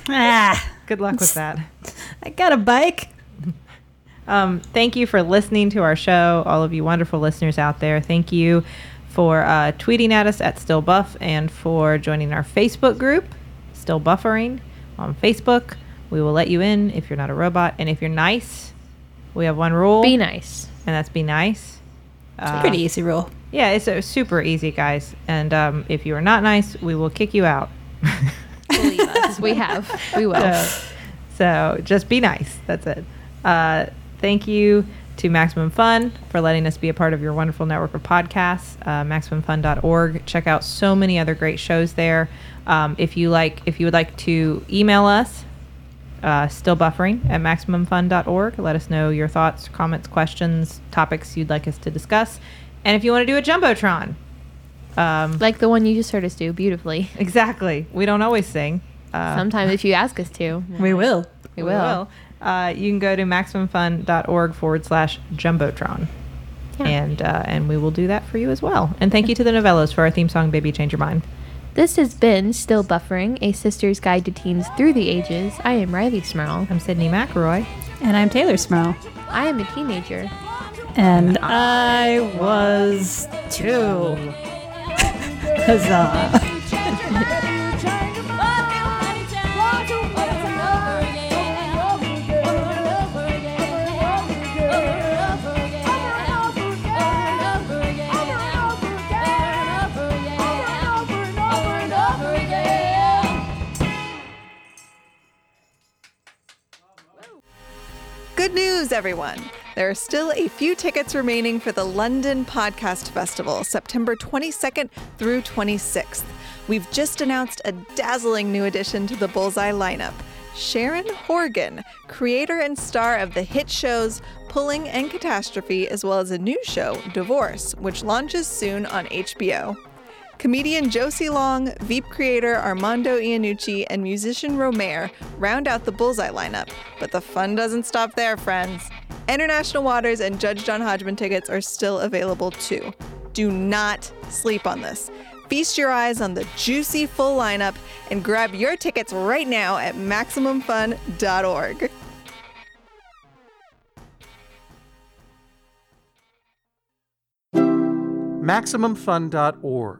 Speaker 3: Ah,
Speaker 2: Good luck with that.
Speaker 3: I got a bike.
Speaker 2: Um, thank you for listening to our show, all of you wonderful listeners out there. Thank you for uh, tweeting at us at Still Buff and for joining our Facebook group, Still Buffering, on Facebook. We will let you in if you're not a robot. And if you're nice, we have one rule,
Speaker 1: Be
Speaker 2: and
Speaker 1: nice.
Speaker 2: that's be nice. Uh,
Speaker 3: Pretty easy rule.
Speaker 2: Yeah, it's uh, super easy, guys. And um, if you are not nice, we will kick you out.
Speaker 1: Believe us. We have. We will.
Speaker 2: So, so just be nice. That's it. Uh, thank you to Maximum Fun for letting us be a part of your wonderful network of podcasts. Uh, MaximumFun.org. Check out so many other great shows there. Um, if you like, if you would like to email us, uh, still buffering at maximumfun.org. Let us know your thoughts, comments, questions, topics you'd like us to discuss, and if you want to do a jumbotron. Um,
Speaker 1: Like the one you just heard us do beautifully.
Speaker 2: exactly. We don't always sing. Uh,
Speaker 1: Sometimes if you ask us to,
Speaker 3: We will.
Speaker 1: we will.
Speaker 2: Uh, you can go to maximumfun.org forward slash jumbotron.
Speaker 1: Yeah.
Speaker 2: And uh, and we will do that for you as well. And thank you to the Novellos for our theme song, "Baby Change Your Mind."
Speaker 1: This has been Still Buffering, a sister's guide to teens through the ages. I am Riley Smurl.
Speaker 2: I'm Sydney McRoy.
Speaker 3: And I'm Taylor Smurl.
Speaker 1: I am a teenager.
Speaker 3: And I was two. Huzzah.
Speaker 4: Good news, everyone! There are still a few tickets remaining for the London Podcast Festival, September 22nd through 26th. We've just announced a dazzling new addition to the Bullseye lineup Sharon Horgan, creator and star of the hit shows Pulling and Catastrophe, as well as a new show, Divorce, which launches soon on HBO. Comedian Josie Long, Veep creator Armando Iannucci, and musician Romare round out the Bullseye lineup. But the fun doesn't stop there, friends. International Waters and Judge John Hodgman tickets are still available too. Do not sleep on this. Feast your eyes on the juicy full lineup and grab your tickets right now at MaximumFun.org.
Speaker 5: MaximumFun.org.